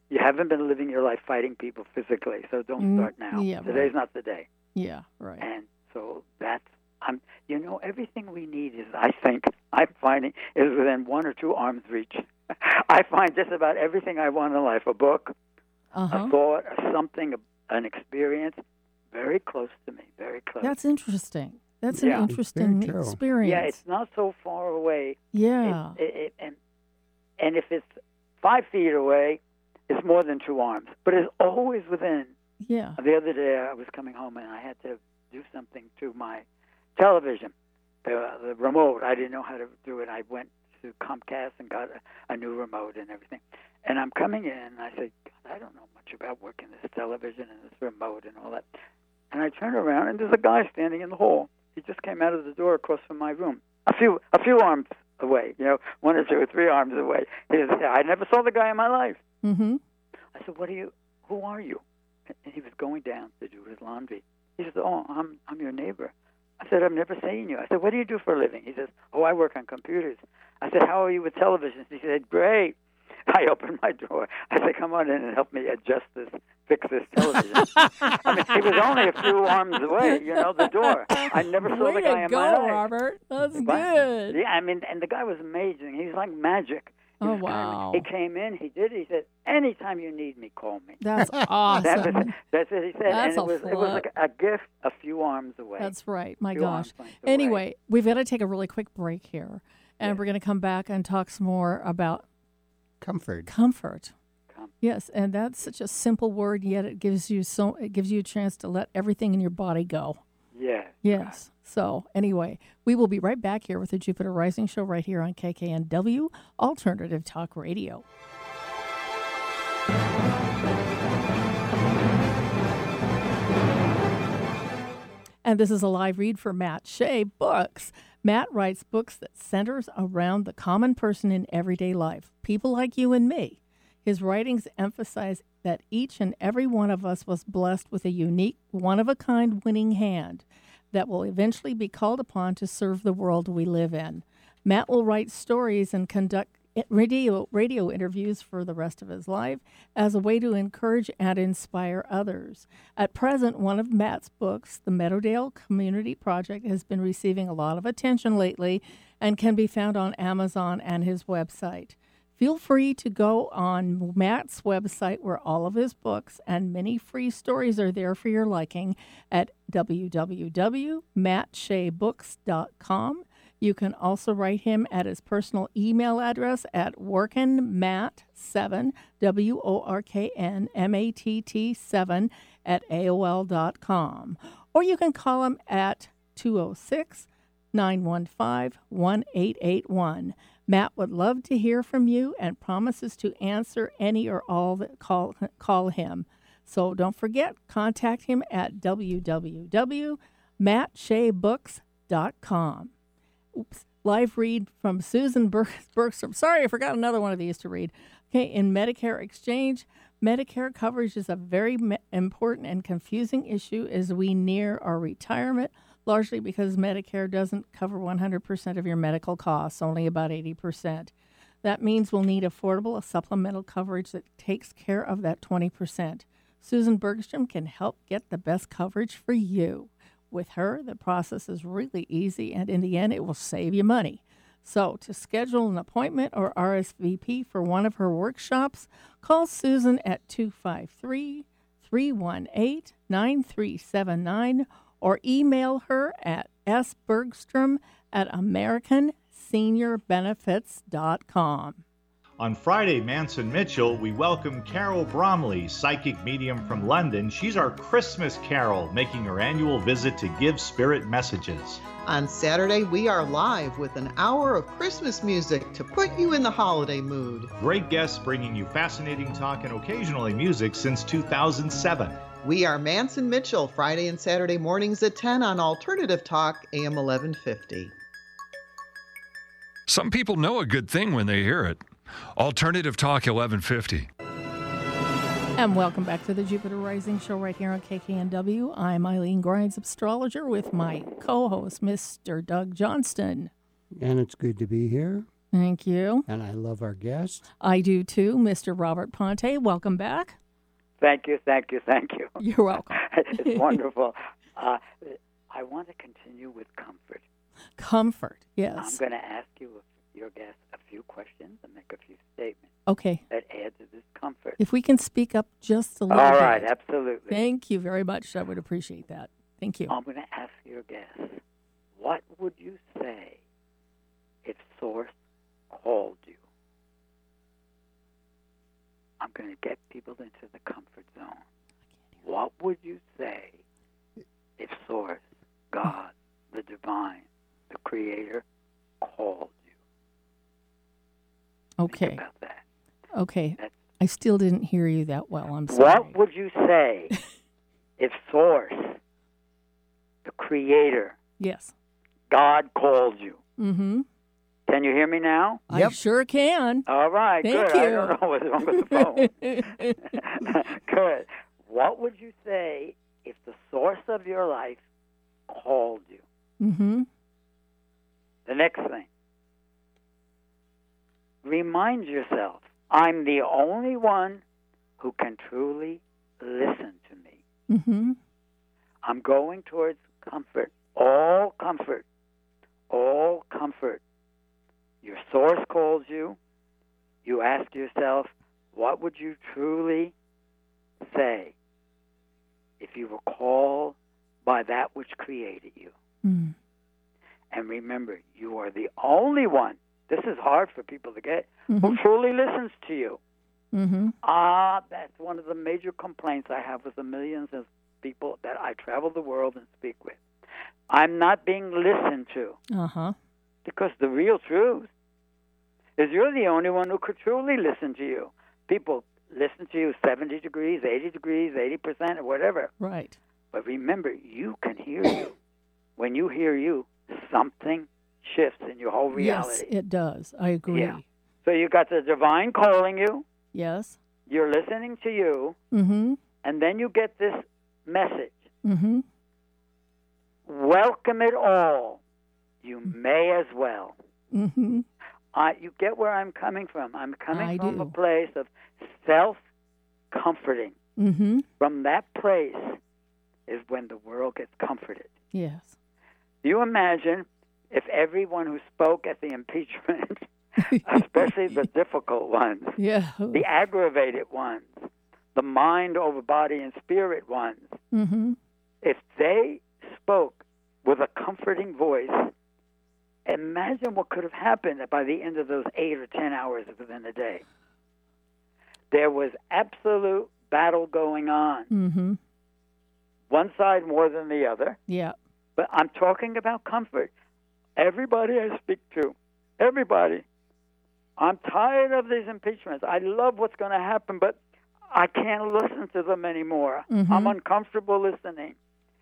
[SPEAKER 7] you haven't been living your life fighting people physically, so
[SPEAKER 1] Mm,
[SPEAKER 7] don't start now.
[SPEAKER 1] yeah, right.
[SPEAKER 7] Today's not the day.
[SPEAKER 1] Yeah. Right.
[SPEAKER 7] And so that's I'm you know, everything we need is I think I'm finding is within one or two arms reach. I find just about everything I want in life, a book,
[SPEAKER 1] Uh
[SPEAKER 7] a
[SPEAKER 1] huh.
[SPEAKER 7] thought, a something, a, an experience, very close to me, very close.
[SPEAKER 1] That's interesting. That's
[SPEAKER 7] Yeah.
[SPEAKER 1] an interesting
[SPEAKER 2] true.
[SPEAKER 1] experience.
[SPEAKER 7] yeah, it's not so far away. It-
[SPEAKER 1] Yeah.
[SPEAKER 7] It, it, and and if it's five feet away, it's more than two arms, but it's always within.
[SPEAKER 1] yeah.
[SPEAKER 7] The other day, I was coming home and I had to do something to my television, the, the remote. I didn't know how to do it. I went to Comcast and got a, a new remote and everything. And I'm coming in and I said, God, I don't know much about working this television and this remote and all that. And I turn around and there's a guy standing in the hall. He just came out of the door across from my room, a few a few arms away, you know, one or two or three arms away. He was, I never saw the guy in my life.
[SPEAKER 1] Mm-hmm.
[SPEAKER 7] I said, "What are you? Who are you?" And he was going down to do his laundry. He says, "Oh, I'm I'm your neighbor." I said, "I've never seen you." I said, "What do you do for a living?" He says, "Oh, I work on computers." I said, "How are you with television?" He said, "Great." I opened my door. I said, "Come on in and help me adjust this, fix this television." I mean, he was only a few arms away, you know, the door. I never saw
[SPEAKER 1] Way
[SPEAKER 7] the guy
[SPEAKER 1] to
[SPEAKER 7] in
[SPEAKER 1] go,
[SPEAKER 7] my life.
[SPEAKER 1] Robert. That's
[SPEAKER 7] But-
[SPEAKER 1] good.
[SPEAKER 7] Yeah, I mean, and the guy was amazing. He was like magic. He
[SPEAKER 1] Oh,
[SPEAKER 7] was kind of-
[SPEAKER 1] wow.
[SPEAKER 7] He came in. He did. it. He said, "Anytime you need me, call me."
[SPEAKER 1] That's
[SPEAKER 7] That was,
[SPEAKER 1] awesome.
[SPEAKER 7] that's what he said.
[SPEAKER 1] That's
[SPEAKER 7] and
[SPEAKER 1] a
[SPEAKER 7] it was, it was
[SPEAKER 1] flip.
[SPEAKER 7] like a gift a few arms away.
[SPEAKER 1] That's right. My
[SPEAKER 7] Few
[SPEAKER 1] gosh.
[SPEAKER 7] arms length away.
[SPEAKER 1] Anyway, we've got to take a really quick break here, and
[SPEAKER 7] Yeah.
[SPEAKER 1] we're going to come back and talk some more about
[SPEAKER 2] Comfort.
[SPEAKER 1] comfort.
[SPEAKER 7] Comfort.
[SPEAKER 1] Yes, and that's such a simple word, yet it gives you so it gives you a chance to let everything in your body go.
[SPEAKER 7] Yeah.
[SPEAKER 1] Yes. So anyway, we will be right back here with the Jupiter Rising Show right here on KKNW Alternative Talk Radio. And this is a live read for Matt Shea Books. Matt writes books that centers around the common person in everyday life, people like you and me. His writings emphasize that each and every one of us was blessed with a unique, one of a kind winning hand that will eventually be called upon to serve the world we live in. Matt will write stories and conduct radio, radio interviews for the rest of his life as a way to encourage and inspire others. At present, one of Matt's books, The Meadowdale Community Project, has been receiving a lot of attention lately and can be found on Amazon and his website. Feel free to go on Matt's website where all of his books and many free stories are there for your liking at www.mattshaybooks.com. You can also write him at his personal email address at workinmat7, W O R K N M A T T 7 at AOL.com. Or you can call him at 206 915 1881. Matt would love to hear from you and promises to answer any or all that call, call him. So don't forget, contact him at www.mattshaybooks.com. Oops, live read from Susan Ber- Bergstrom. Sorry, I forgot another one of these to read. Okay, in Medicare Exchange, Medicare coverage is a very me- important and confusing issue as we near our retirement, largely because Medicare doesn't cover 100% of your medical costs, only about 80%. That means we'll need affordable supplemental coverage that takes care of that 20%. Susan Bergstrom can help get the best coverage for you. With her, the process is really easy, and in the end, it will save you money. So, to schedule an appointment or RSVP for one of her workshops, call Susan at 253 318 9379 or email her at sbergstrom at americanseniorbenefits.com.
[SPEAKER 8] On Friday, Manson Mitchell, we welcome Carol Bromley, psychic medium from London. She's our Christmas Carol, making her annual visit to give spirit messages.
[SPEAKER 9] On Saturday, we are live with an hour of Christmas music to put you in the holiday mood.
[SPEAKER 8] Great guests bringing you fascinating talk and occasionally music since 2007.
[SPEAKER 9] We are Manson Mitchell, Friday and Saturday mornings at 10 on Alternative Talk, AM 1150.
[SPEAKER 5] Some people know a good thing when they hear it. Alternative Talk 1150.
[SPEAKER 1] And welcome back to the Jupiter Rising Show right here on KKNW. I'm Eileen Grimes, astrologer, with my co host, Mr. Doug Johnston.
[SPEAKER 2] And it's good to be here.
[SPEAKER 1] Thank you.
[SPEAKER 2] And I love our guest.
[SPEAKER 1] I do too, Mr. Robert Ponte. Welcome back.
[SPEAKER 7] Thank you, thank you, thank you.
[SPEAKER 1] You're welcome.
[SPEAKER 7] it's wonderful. Uh, I want to continue with comfort.
[SPEAKER 1] Comfort,
[SPEAKER 7] I'm
[SPEAKER 1] yes.
[SPEAKER 7] going to ask you, your guest, a few questions and make a few statements
[SPEAKER 1] Okay.
[SPEAKER 7] that add to this comfort.
[SPEAKER 1] If we can speak up just a
[SPEAKER 7] All
[SPEAKER 1] little bit.
[SPEAKER 7] right, absolutely.
[SPEAKER 1] Thank you very much. I would appreciate that. Thank you.
[SPEAKER 7] I'm going to ask your guest, what would you say if Source called you? I'm going to get people into the comfort zone. What would you say if Source, God, the divine, the creator called you? Think
[SPEAKER 1] Okay.
[SPEAKER 7] about that.
[SPEAKER 1] Okay.
[SPEAKER 7] That's-
[SPEAKER 1] I still didn't hear you that well. I'm sorry.
[SPEAKER 7] What would you say if Source, the creator,
[SPEAKER 1] Yes.
[SPEAKER 7] God called you?
[SPEAKER 1] Mm-hmm.
[SPEAKER 7] Can you hear me now?
[SPEAKER 1] I sure can.
[SPEAKER 7] All right,
[SPEAKER 1] Thank
[SPEAKER 7] good. I
[SPEAKER 1] you.
[SPEAKER 7] don't know what's wrong with the phone. good. What would you say if the source of your life called you?
[SPEAKER 1] mm-hmm.
[SPEAKER 7] The next thing. Remind yourself, I'm the only one who can truly listen to me.
[SPEAKER 1] Mm-hmm.
[SPEAKER 7] I'm going towards comfort, all comfort, all comfort. Your source calls you. You ask yourself, what would you truly say if you were called by that which created you?
[SPEAKER 1] Mm.
[SPEAKER 7] And remember, you are the only one. This is hard for people to get. Who
[SPEAKER 1] Mhm.
[SPEAKER 7] truly listens to you?
[SPEAKER 1] Mm-hmm.
[SPEAKER 7] Ah, that's one of the major complaints I have with the millions of people that I travel the world and speak with. I'm not being listened to
[SPEAKER 1] Uh-huh.
[SPEAKER 7] because the real truth is you're the only one who could truly listen to you. People listen to you 70 degrees, 80 degrees, 80% or whatever.
[SPEAKER 1] Right.
[SPEAKER 7] But remember, you can hear you. When you hear you, something shifts in your whole
[SPEAKER 1] Yes,
[SPEAKER 7] reality.
[SPEAKER 1] it does. I agree.
[SPEAKER 7] Yeah. So you got the divine calling you,
[SPEAKER 1] Yes.
[SPEAKER 7] you're listening to you,
[SPEAKER 1] Mm-hmm.
[SPEAKER 7] and then you get this message
[SPEAKER 1] Mm-hmm.
[SPEAKER 7] welcome it all. You may as well.
[SPEAKER 1] Mm-hmm.
[SPEAKER 7] I, you get where I'm coming from. I'm coming
[SPEAKER 1] I
[SPEAKER 7] from a
[SPEAKER 1] do.
[SPEAKER 7] place of self comforting.
[SPEAKER 1] Mm-hmm.
[SPEAKER 7] From that place is when the world gets comforted.
[SPEAKER 1] Yes.
[SPEAKER 7] Do you imagine if everyone who spoke at the impeachment especially the difficult ones,
[SPEAKER 1] yeah.
[SPEAKER 7] the aggravated ones, the mind over body and spirit ones.
[SPEAKER 1] Mm-hmm.
[SPEAKER 7] If they spoke with a comforting voice, imagine what could have happened by the end of those eight or ten hours within the day. There was absolute battle going on,
[SPEAKER 1] Mm-hmm.
[SPEAKER 7] one side more than the other.
[SPEAKER 1] Yeah.
[SPEAKER 7] But I'm talking about comfort. Everybody I speak to, everybody, I'm tired of these impeachments. I love what's going to happen, but I can't listen to them anymore.
[SPEAKER 1] Mhm.
[SPEAKER 7] I'm uncomfortable listening.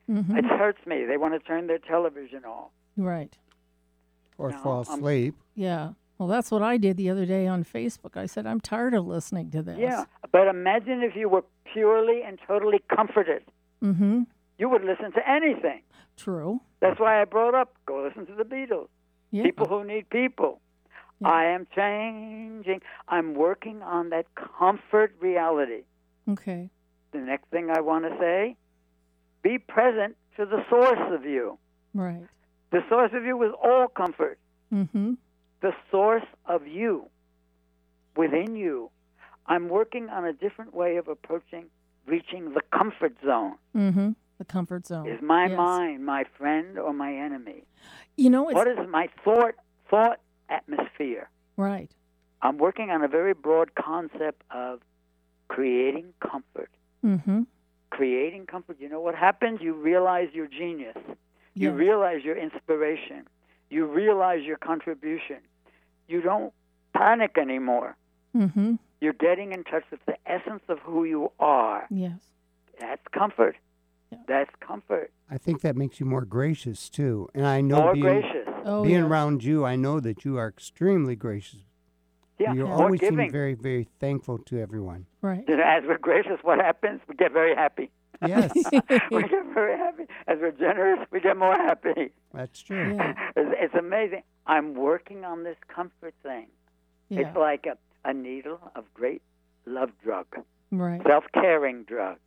[SPEAKER 1] Mm-hmm.
[SPEAKER 7] It hurts me. They want to turn their television off.
[SPEAKER 1] Right.
[SPEAKER 2] or
[SPEAKER 7] No,
[SPEAKER 2] fall
[SPEAKER 7] I'm-
[SPEAKER 2] asleep.
[SPEAKER 1] Yeah. Well, that's what I did the other day on Facebook. I said, I'm tired of listening to this.
[SPEAKER 7] Yeah, but imagine if you were purely and totally comforted.
[SPEAKER 1] Mm-hmm.
[SPEAKER 7] You would listen to anything.
[SPEAKER 1] True.
[SPEAKER 7] That's why I brought up go listen to the Beatles.
[SPEAKER 1] Yeah.
[SPEAKER 7] people who need people. I am changing. I'm working on that comfort reality.
[SPEAKER 1] Okay.
[SPEAKER 7] The next thing I want to say be present to the source of you.
[SPEAKER 1] Right.
[SPEAKER 7] The source of you is all comfort.
[SPEAKER 1] Mm-hmm.
[SPEAKER 7] The source of you within you. I'm working on a different way of approaching reaching the comfort zone.
[SPEAKER 1] Mm-hmm. The comfort zone.
[SPEAKER 7] Is my
[SPEAKER 1] Yes.
[SPEAKER 7] mind my friend or my enemy?
[SPEAKER 1] You know, it's
[SPEAKER 7] What is my thought thought atmosphere?
[SPEAKER 1] right.
[SPEAKER 7] I'm working on a very broad concept of creating comfort.
[SPEAKER 1] Mm-hmm.
[SPEAKER 7] Creating comfort, you know what happens? You realize your genius. You
[SPEAKER 1] Yes.
[SPEAKER 7] realize your inspiration. You realize your contribution. You don't panic anymore.
[SPEAKER 1] Mm-hmm.
[SPEAKER 7] You're getting in touch with the essence of who you are.
[SPEAKER 1] Yes.
[SPEAKER 7] That's comfort.
[SPEAKER 1] Yeah.
[SPEAKER 7] That's comfort.
[SPEAKER 2] I think that makes you more gracious too. And I know
[SPEAKER 7] More
[SPEAKER 2] being,
[SPEAKER 7] gracious.
[SPEAKER 1] Oh,
[SPEAKER 2] being
[SPEAKER 1] yeah.
[SPEAKER 2] around you, I know that you are extremely gracious.
[SPEAKER 7] Yeah.
[SPEAKER 2] You
[SPEAKER 7] More
[SPEAKER 2] always
[SPEAKER 7] giving.
[SPEAKER 2] seem very, very thankful to everyone.
[SPEAKER 1] Right.
[SPEAKER 7] As we're gracious, what happens? We get very happy.
[SPEAKER 2] Yes,
[SPEAKER 7] we get very happy. As we're generous, we get more happy.
[SPEAKER 2] that's true.
[SPEAKER 1] Yeah.
[SPEAKER 7] it's, it's amazing. I'm working on this comfort thing.
[SPEAKER 1] Yeah.
[SPEAKER 7] It's like a, a needle of great love drug,
[SPEAKER 1] Right.
[SPEAKER 7] self caring drug.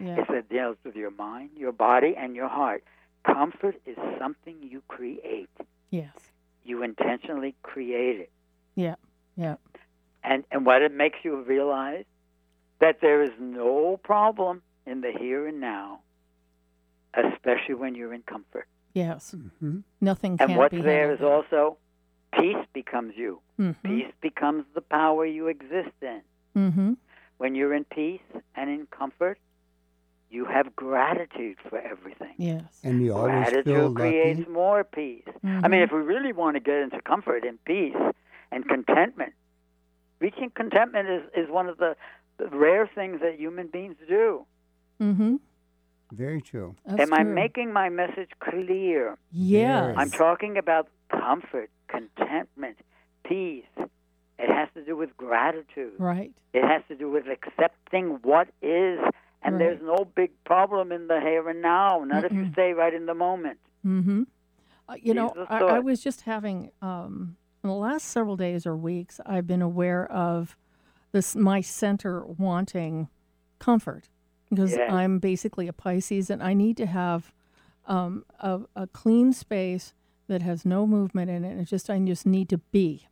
[SPEAKER 1] Yeah.
[SPEAKER 7] It's that deals with your mind, your body, and your heart. Comfort is something you create.
[SPEAKER 1] Yes.
[SPEAKER 7] You intentionally create it.
[SPEAKER 1] Yeah. Yeah.
[SPEAKER 7] And, and what it makes you realize that there is no problem in the here and now, especially when you're in comfort.
[SPEAKER 1] Yes.
[SPEAKER 2] hmm
[SPEAKER 1] Nothing
[SPEAKER 7] And
[SPEAKER 1] can't
[SPEAKER 7] what's
[SPEAKER 1] be
[SPEAKER 7] there is
[SPEAKER 1] handled.
[SPEAKER 7] also peace becomes you.
[SPEAKER 1] Mm-hmm.
[SPEAKER 7] Peace becomes the power you exist in.
[SPEAKER 1] Mm-hmm.
[SPEAKER 7] When you're in peace and in comfort, you have gratitude for everything.
[SPEAKER 1] Yes.
[SPEAKER 2] And you always feel
[SPEAKER 7] gratitude
[SPEAKER 2] lucky.
[SPEAKER 7] creates more peace. I mean,
[SPEAKER 1] Mhm.
[SPEAKER 7] if we really want to get into comfort and peace and contentment, reaching contentment is, is one of the, the rare things that human beings do.
[SPEAKER 1] Mm-hmm.
[SPEAKER 2] Very true.
[SPEAKER 1] That's
[SPEAKER 7] Am I
[SPEAKER 1] true.
[SPEAKER 7] making my message clear?
[SPEAKER 1] Yes.
[SPEAKER 7] I'm talking about comfort, contentment, peace. It has to do with gratitude.
[SPEAKER 1] Right.
[SPEAKER 7] It has to do with accepting what is, and
[SPEAKER 1] Right.
[SPEAKER 7] there's no big problem in the here and now. Not if you
[SPEAKER 1] Mm-mm.
[SPEAKER 7] stay right in the moment.
[SPEAKER 1] Mm-hmm. Uh, you know,
[SPEAKER 7] These are
[SPEAKER 1] I, I
[SPEAKER 7] thoughts.
[SPEAKER 1] was just having um, in the last several days or weeks, I've been aware of this my center wanting comfort because
[SPEAKER 7] Yes.
[SPEAKER 1] I'm basically a Pisces and I need to have um, a, a clean space that has no movement in it. It's just I just need to be.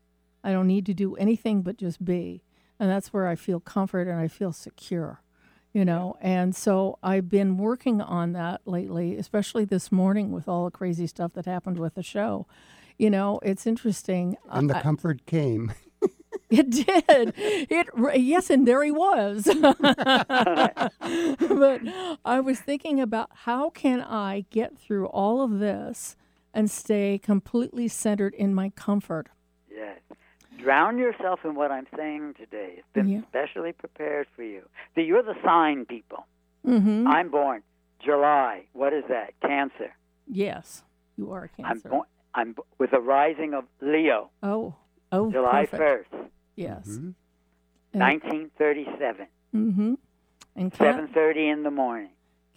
[SPEAKER 1] I don't need to do anything but just be, and that's where I feel comfort and I feel secure you know and so i've been working on that lately especially this morning with all the crazy stuff that happened with the show you know it's interesting
[SPEAKER 2] And the
[SPEAKER 1] Uh, I-
[SPEAKER 2] comfort came.
[SPEAKER 1] it did it r- yes and there he was but i was thinking about how can i get through all of this and stay completely centered in my comfort
[SPEAKER 7] Yes. Drown yourself in what I'm saying today. It's been
[SPEAKER 1] Yeah.
[SPEAKER 7] specially prepared for you. The, you're the sign people.
[SPEAKER 1] mm-hmm.
[SPEAKER 7] I'm born July. What is that? Cancer.
[SPEAKER 1] yes you are a
[SPEAKER 7] I'm
[SPEAKER 1] cancer
[SPEAKER 7] born. I'm b- with the rising of Leo,
[SPEAKER 1] oh oh
[SPEAKER 7] July
[SPEAKER 1] perfect.
[SPEAKER 7] 1st,
[SPEAKER 1] yes
[SPEAKER 2] Mhm.
[SPEAKER 1] And-
[SPEAKER 7] 1937,
[SPEAKER 1] Mm-hmm. And can-
[SPEAKER 7] 7:30 in the morning.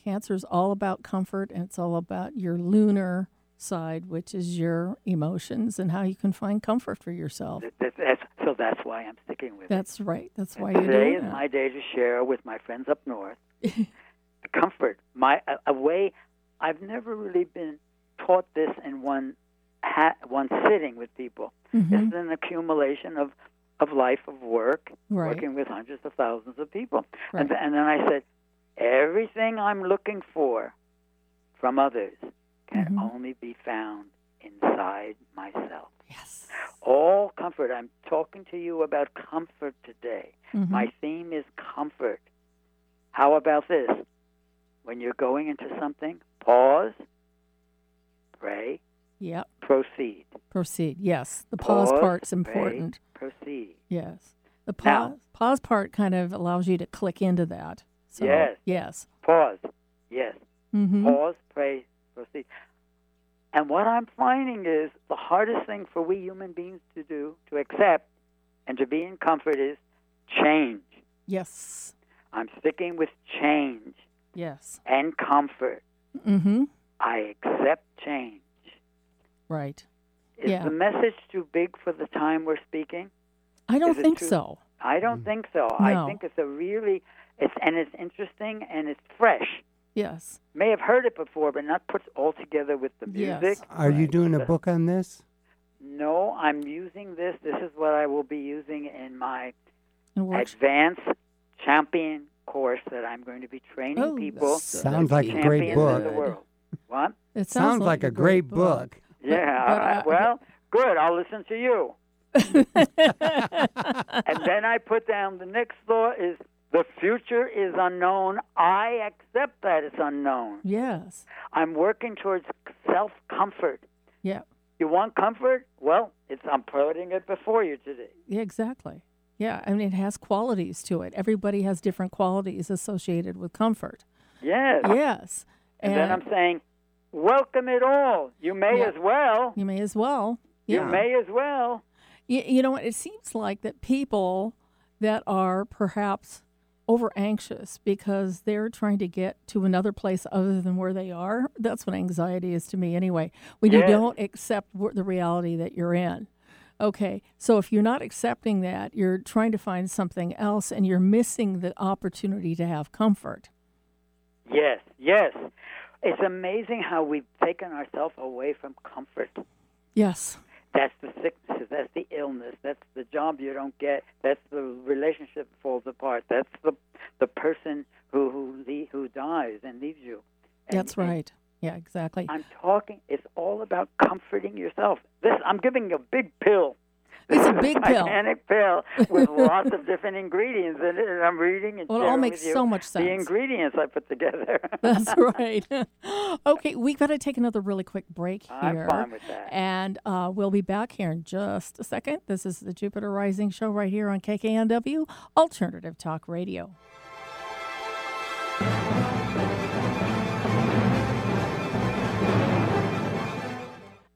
[SPEAKER 1] cancer's all about comfort and it's all about your lunar side, which is your emotions and how you can find comfort for yourself.
[SPEAKER 7] That- that- that's- so that's why I'm sticking with it.
[SPEAKER 1] Oh. That's right. That's why
[SPEAKER 7] And
[SPEAKER 1] you're
[SPEAKER 7] today
[SPEAKER 1] doing
[SPEAKER 7] is
[SPEAKER 1] that.
[SPEAKER 7] my day to share with my friends up north comfort my a, a way I've never really been taught this in one ha- one sitting with people.
[SPEAKER 1] Mhm.
[SPEAKER 7] This is an accumulation of of life of work,
[SPEAKER 1] Right.
[SPEAKER 7] working with hundreds of thousands of people.
[SPEAKER 1] Right.
[SPEAKER 7] And, th- and then I said, everything I'm looking for from others can
[SPEAKER 1] Mhm.
[SPEAKER 7] only be found inside myself.
[SPEAKER 1] Yes.
[SPEAKER 7] All comfort. I'm talking to you about comfort today.
[SPEAKER 1] Mhm.
[SPEAKER 7] My theme is comfort. How about this? When you're going into something, pause, pray,
[SPEAKER 1] Yep.
[SPEAKER 7] proceed.
[SPEAKER 1] Proceed. Yes. The pause part's
[SPEAKER 7] pray,
[SPEAKER 1] important.
[SPEAKER 7] proceed.
[SPEAKER 1] Yes. The
[SPEAKER 7] Now-
[SPEAKER 1] pause pause part kind of allows you to click into that. So,
[SPEAKER 7] Yes.
[SPEAKER 1] Yes.
[SPEAKER 7] Pause. Yes.
[SPEAKER 1] Mm-hmm.
[SPEAKER 7] Pause, pray, proceed. And what I'm finding is the hardest thing for we human beings to do, to accept, and to be in comfort is change.
[SPEAKER 1] Yes.
[SPEAKER 7] I'm sticking with change
[SPEAKER 1] Yes.
[SPEAKER 7] and comfort.
[SPEAKER 1] Mm-hmm.
[SPEAKER 7] I accept change.
[SPEAKER 1] Right.
[SPEAKER 7] Is
[SPEAKER 1] Yeah.
[SPEAKER 7] the message too big for the time we're speaking?
[SPEAKER 1] I
[SPEAKER 7] Is
[SPEAKER 1] don't
[SPEAKER 7] it
[SPEAKER 1] think
[SPEAKER 7] true?
[SPEAKER 1] so.
[SPEAKER 7] I don't think so. I
[SPEAKER 1] Mm. No.
[SPEAKER 7] think it's a really it's and it's interesting and it's fresh.
[SPEAKER 1] Yes.
[SPEAKER 7] May have heard it before, but not put all together with the
[SPEAKER 1] Yes.
[SPEAKER 7] music.
[SPEAKER 2] Are you
[SPEAKER 1] Right.
[SPEAKER 2] doing a book on this?
[SPEAKER 7] No, I'm using this. This is what I will be using in my
[SPEAKER 1] And works.
[SPEAKER 7] advanced champion course that I'm going to be training
[SPEAKER 1] Oh,
[SPEAKER 7] people.
[SPEAKER 1] that's-
[SPEAKER 2] Sounds like a
[SPEAKER 1] that'd
[SPEAKER 7] champions
[SPEAKER 1] be
[SPEAKER 2] great
[SPEAKER 7] of the
[SPEAKER 2] book.
[SPEAKER 7] world. What?
[SPEAKER 1] It sounds,
[SPEAKER 2] Sounds like a great book.
[SPEAKER 1] but uh,
[SPEAKER 7] Yeah. all right.
[SPEAKER 1] I- but-
[SPEAKER 7] well, good. I'll listen to you. and then I put down the next thought is the future is unknown. I accept that it's unknown.
[SPEAKER 1] Yes.
[SPEAKER 7] I'm working towards self comfort.
[SPEAKER 1] Yeah.
[SPEAKER 7] You want comfort? Well, it's I'm putting it before you today.
[SPEAKER 1] Yeah, exactly. Yeah, I mean, it has qualities to it. Everybody has different qualities associated with comfort.
[SPEAKER 7] Yes.
[SPEAKER 1] Yes.
[SPEAKER 7] And, then I'm saying, welcome it all. You may
[SPEAKER 1] Yeah.
[SPEAKER 7] as well.
[SPEAKER 1] you may as well. Yeah.
[SPEAKER 7] You may as well.
[SPEAKER 1] You, you know what? It seems like that people that are perhaps over anxious because they're trying to get to another place other than where they are. That's what anxiety is to me, anyway. When you
[SPEAKER 7] Yes.
[SPEAKER 1] don't accept wh- the reality that you're in. Okay, so if you're not accepting that, you're trying to find something else and you're missing the opportunity to have comfort.
[SPEAKER 7] Yes, yes. It's amazing how we've taken ourselves away from comfort.
[SPEAKER 1] Yes.
[SPEAKER 7] That's the sicknesses, that's the illness, that's the job you don't get, that's the relationship that falls apart, that's the the person who who, le- who dies and leaves you. And-
[SPEAKER 1] That's
[SPEAKER 7] and
[SPEAKER 1] right. Yeah, exactly.
[SPEAKER 7] I'm talking. It's all about comforting yourself. This I'm giving you a big pill.
[SPEAKER 1] It's a
[SPEAKER 7] This
[SPEAKER 1] big
[SPEAKER 7] is
[SPEAKER 1] pill.
[SPEAKER 7] Titanic pill with lots of different ingredients in it, and I'm reading and
[SPEAKER 1] Well, it all
[SPEAKER 7] sharing
[SPEAKER 1] makes
[SPEAKER 7] with you
[SPEAKER 1] so much sense.
[SPEAKER 7] The ingredients I put together.
[SPEAKER 1] That's right. okay, we've got to take another really quick break here.
[SPEAKER 7] I'm fine with that.
[SPEAKER 1] And uh, we'll be back here in just a second. This is the Jupiter Rising Show right here on KKNW Alternative Talk Radio.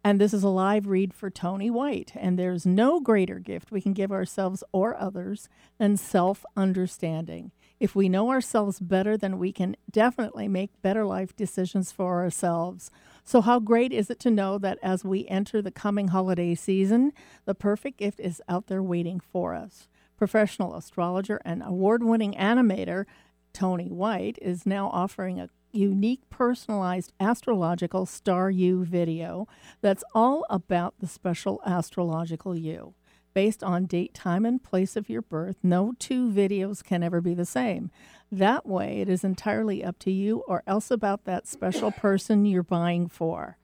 [SPEAKER 1] And this is a live read for Tony White. And there's no greater gift we can give ourselves or others than self understanding. If we know ourselves better, then we can definitely make better life decisions for ourselves. So, how great is it to know that as we enter the coming holiday season, the perfect gift is out there waiting for us? Professional astrologer and award winning animator Tony White is now offering a unique personalized astrological star you video that's all about the special astrological you. Based on date, time, and place of your birth, no two videos can ever be the same. That way, it is entirely up to you or else about that special person you're buying for.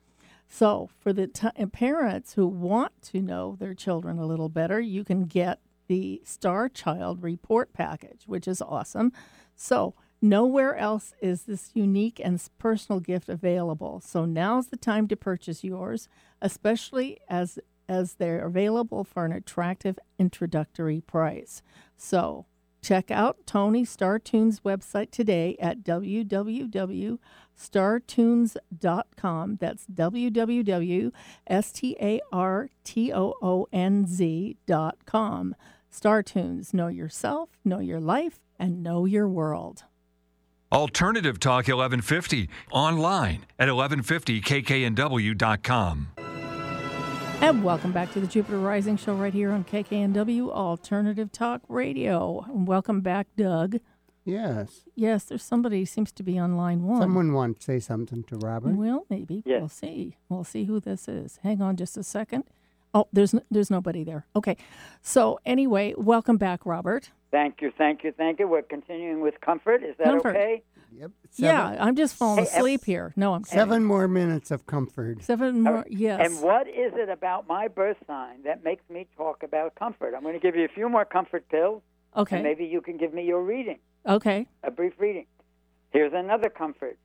[SPEAKER 1] So, for the t- parents who want to know their children a little better, you can get the Star Child Report package, which is awesome. So, nowhere else is this unique and s- personal gift available. So, now's the time to purchase yours, especially as as they're available for an attractive introductory price. So, check out Tony StarTunes website today at www.startunes.com. That's www.startoonz.com. StarTunes, know yourself, know your life, and know your world.
[SPEAKER 5] Alternative Talk 1150 online at 1150kknw.com.
[SPEAKER 1] And welcome back to the Jupiter Rising Show right here on KKNW Alternative Talk Radio. And welcome back, Doug.
[SPEAKER 2] Yes.
[SPEAKER 1] Yes, there's somebody seems to be on line one.
[SPEAKER 2] Someone want to say something to Robert?
[SPEAKER 1] Well, maybe
[SPEAKER 7] Yes.
[SPEAKER 1] we'll see. We'll see who this is. Hang on just a second. Oh, there's n- there's nobody there. Okay, so anyway, welcome back, Robert.
[SPEAKER 7] Thank you, thank you, thank you. We're continuing with comfort. Is that
[SPEAKER 1] Comfort.
[SPEAKER 7] okay?
[SPEAKER 2] Yep.
[SPEAKER 1] Yeah, I'm just falling
[SPEAKER 7] Hey, Ep-
[SPEAKER 1] asleep here. No, I'm kidding.
[SPEAKER 2] Seven more minutes of comfort.
[SPEAKER 1] Seven
[SPEAKER 7] All
[SPEAKER 1] more.
[SPEAKER 7] right.
[SPEAKER 1] Mm-hmm. Yes.
[SPEAKER 7] And what is it about my birth sign that makes me talk about comfort? I'm going to give you a few more comfort pills,
[SPEAKER 1] okay.
[SPEAKER 7] and maybe you can give me your reading,
[SPEAKER 1] Okay.
[SPEAKER 7] a brief reading. Here's another comfort.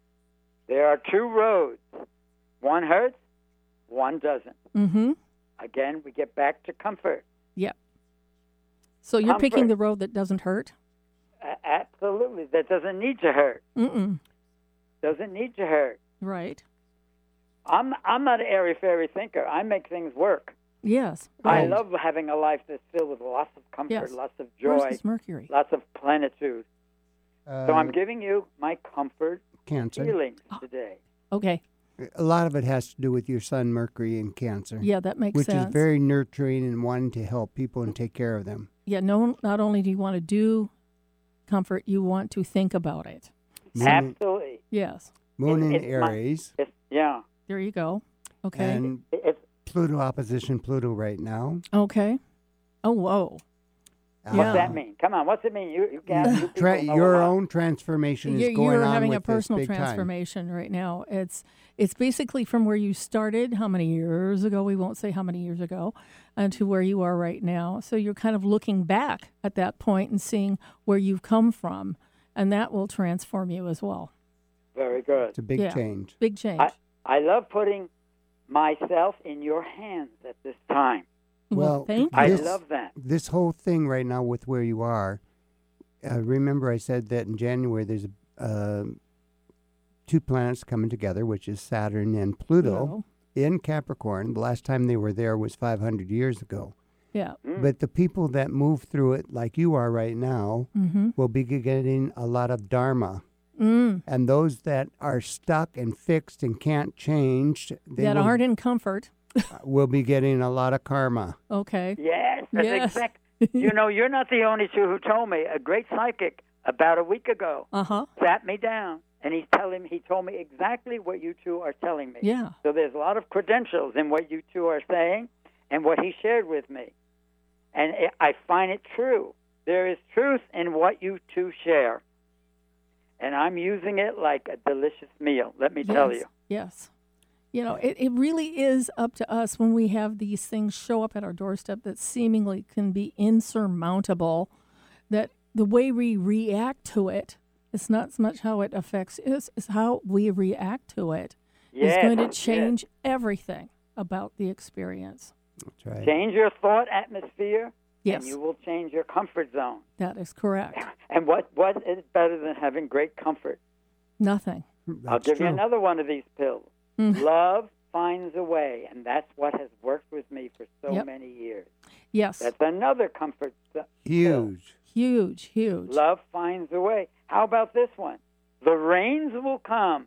[SPEAKER 7] There are two roads. One hurts, one doesn't.
[SPEAKER 1] Mm-hmm.
[SPEAKER 7] Again, we get back to comfort.
[SPEAKER 1] Yep. So you're picking
[SPEAKER 7] Comfort.
[SPEAKER 1] the road that doesn't hurt.
[SPEAKER 7] A- absolutely, that doesn't need to hurt.
[SPEAKER 1] Mm-mm.
[SPEAKER 7] Doesn't need to hurt.
[SPEAKER 1] Right.
[SPEAKER 7] I'm I'm not an airy fairy thinker. I make things work.
[SPEAKER 1] Yes.
[SPEAKER 7] I
[SPEAKER 1] Right.
[SPEAKER 7] love having a life that's filled with lots of comfort,
[SPEAKER 1] Yes.
[SPEAKER 7] lots of
[SPEAKER 1] Where's
[SPEAKER 7] joy,
[SPEAKER 1] this Mercury?
[SPEAKER 7] lots of plenitude.
[SPEAKER 2] Uh,
[SPEAKER 7] so I'm giving you my comfort
[SPEAKER 2] cancer.
[SPEAKER 7] feelings today.
[SPEAKER 1] Okay.
[SPEAKER 2] A lot of it has to do with your son Mercury in Cancer,
[SPEAKER 1] Yeah, that makes
[SPEAKER 2] which
[SPEAKER 1] sense.
[SPEAKER 2] is very nurturing and wanting to help people and take care of them.
[SPEAKER 1] yeah. No. Not only do you want to do comfort, you want to think about it.
[SPEAKER 2] Moon,
[SPEAKER 7] Absolutely.
[SPEAKER 1] Yes.
[SPEAKER 2] moon in
[SPEAKER 7] it's my-
[SPEAKER 2] Aries
[SPEAKER 7] It's, yeah.
[SPEAKER 1] There you go. Okay.
[SPEAKER 2] and
[SPEAKER 7] It- It's
[SPEAKER 2] Pluto opposition Pluto right now.
[SPEAKER 1] okay. Oh whoa.
[SPEAKER 7] what's
[SPEAKER 1] Yeah.
[SPEAKER 7] that mean? Come on, what's it mean? You you can you people
[SPEAKER 2] Um, Tra-
[SPEAKER 7] know
[SPEAKER 2] your
[SPEAKER 7] a lot.
[SPEAKER 2] own transformation is
[SPEAKER 1] You're,
[SPEAKER 2] going
[SPEAKER 1] you're
[SPEAKER 2] on
[SPEAKER 1] having
[SPEAKER 2] with
[SPEAKER 1] a personal
[SPEAKER 2] this big time.
[SPEAKER 1] transformation right now. It's it's basically from where you started, how many years ago? We won't say how many years ago, and to where you are right now. So you're kind of looking back at that point and seeing where you've come from, and that will transform you as well.
[SPEAKER 7] Very good.
[SPEAKER 2] It's a big
[SPEAKER 1] Yeah.
[SPEAKER 2] change.
[SPEAKER 1] Big change.
[SPEAKER 7] I, I love putting myself in your hands at this time.
[SPEAKER 2] Well,
[SPEAKER 1] thank
[SPEAKER 7] I
[SPEAKER 1] you.
[SPEAKER 2] Yes.
[SPEAKER 7] love that.
[SPEAKER 2] This whole thing right now with where you are. Uh, remember, I said that in January there's uh, two planets coming together, which is Saturn and Pluto,
[SPEAKER 1] Pluto.
[SPEAKER 2] in Capricorn. The last time they were there was 500 years ago.
[SPEAKER 1] Yeah.
[SPEAKER 7] Mm.
[SPEAKER 2] But the people that move through it, like you are right now,
[SPEAKER 1] Mm-hmm.
[SPEAKER 2] will be getting a lot of dharma.
[SPEAKER 1] Mm.
[SPEAKER 2] And those that are stuck and fixed and can't change, they
[SPEAKER 1] That
[SPEAKER 2] will,
[SPEAKER 1] aren't in comfort.
[SPEAKER 2] will be getting a lot of karma.
[SPEAKER 1] Okay.
[SPEAKER 7] Yes, that's
[SPEAKER 1] Yes.
[SPEAKER 7] exact. You know, you're not the only two who told me. A great psychic about a week ago
[SPEAKER 1] Uh huh.
[SPEAKER 7] sat me down and he's telling he told me exactly what you two are telling me.
[SPEAKER 1] Yeah.
[SPEAKER 7] So there's a lot of credentials in what you two are saying and what he shared with me. And i I find it true. There is truth in what you two share. And I'm using it like a delicious meal, let me tell
[SPEAKER 1] Yes,
[SPEAKER 7] you.
[SPEAKER 1] Yes. You know, it, it really is up to us when we have these things show up at our doorstep that seemingly can be insurmountable, that the way we react to it, it's not so much how it affects us, it's how we react to it is
[SPEAKER 7] Yes,
[SPEAKER 1] going to
[SPEAKER 7] yes.
[SPEAKER 1] change everything about the experience.
[SPEAKER 2] That's right.
[SPEAKER 7] Change your thought atmosphere
[SPEAKER 1] Yes,
[SPEAKER 7] and you will change your comfort zone.
[SPEAKER 1] that is correct.
[SPEAKER 7] And what, what is better than having great comfort?
[SPEAKER 1] Nothing.
[SPEAKER 7] I'll
[SPEAKER 2] That's
[SPEAKER 7] give
[SPEAKER 2] true.
[SPEAKER 7] you another one of these pills.
[SPEAKER 1] Mm.
[SPEAKER 7] Love finds a way, and that's what has worked with me for so
[SPEAKER 1] Yep.
[SPEAKER 7] many years.
[SPEAKER 1] Yes,
[SPEAKER 7] That's another comfort. s- uh, pill.
[SPEAKER 2] Huge.
[SPEAKER 1] huge, huge.
[SPEAKER 7] Love finds a way. How about this one? The rains will come.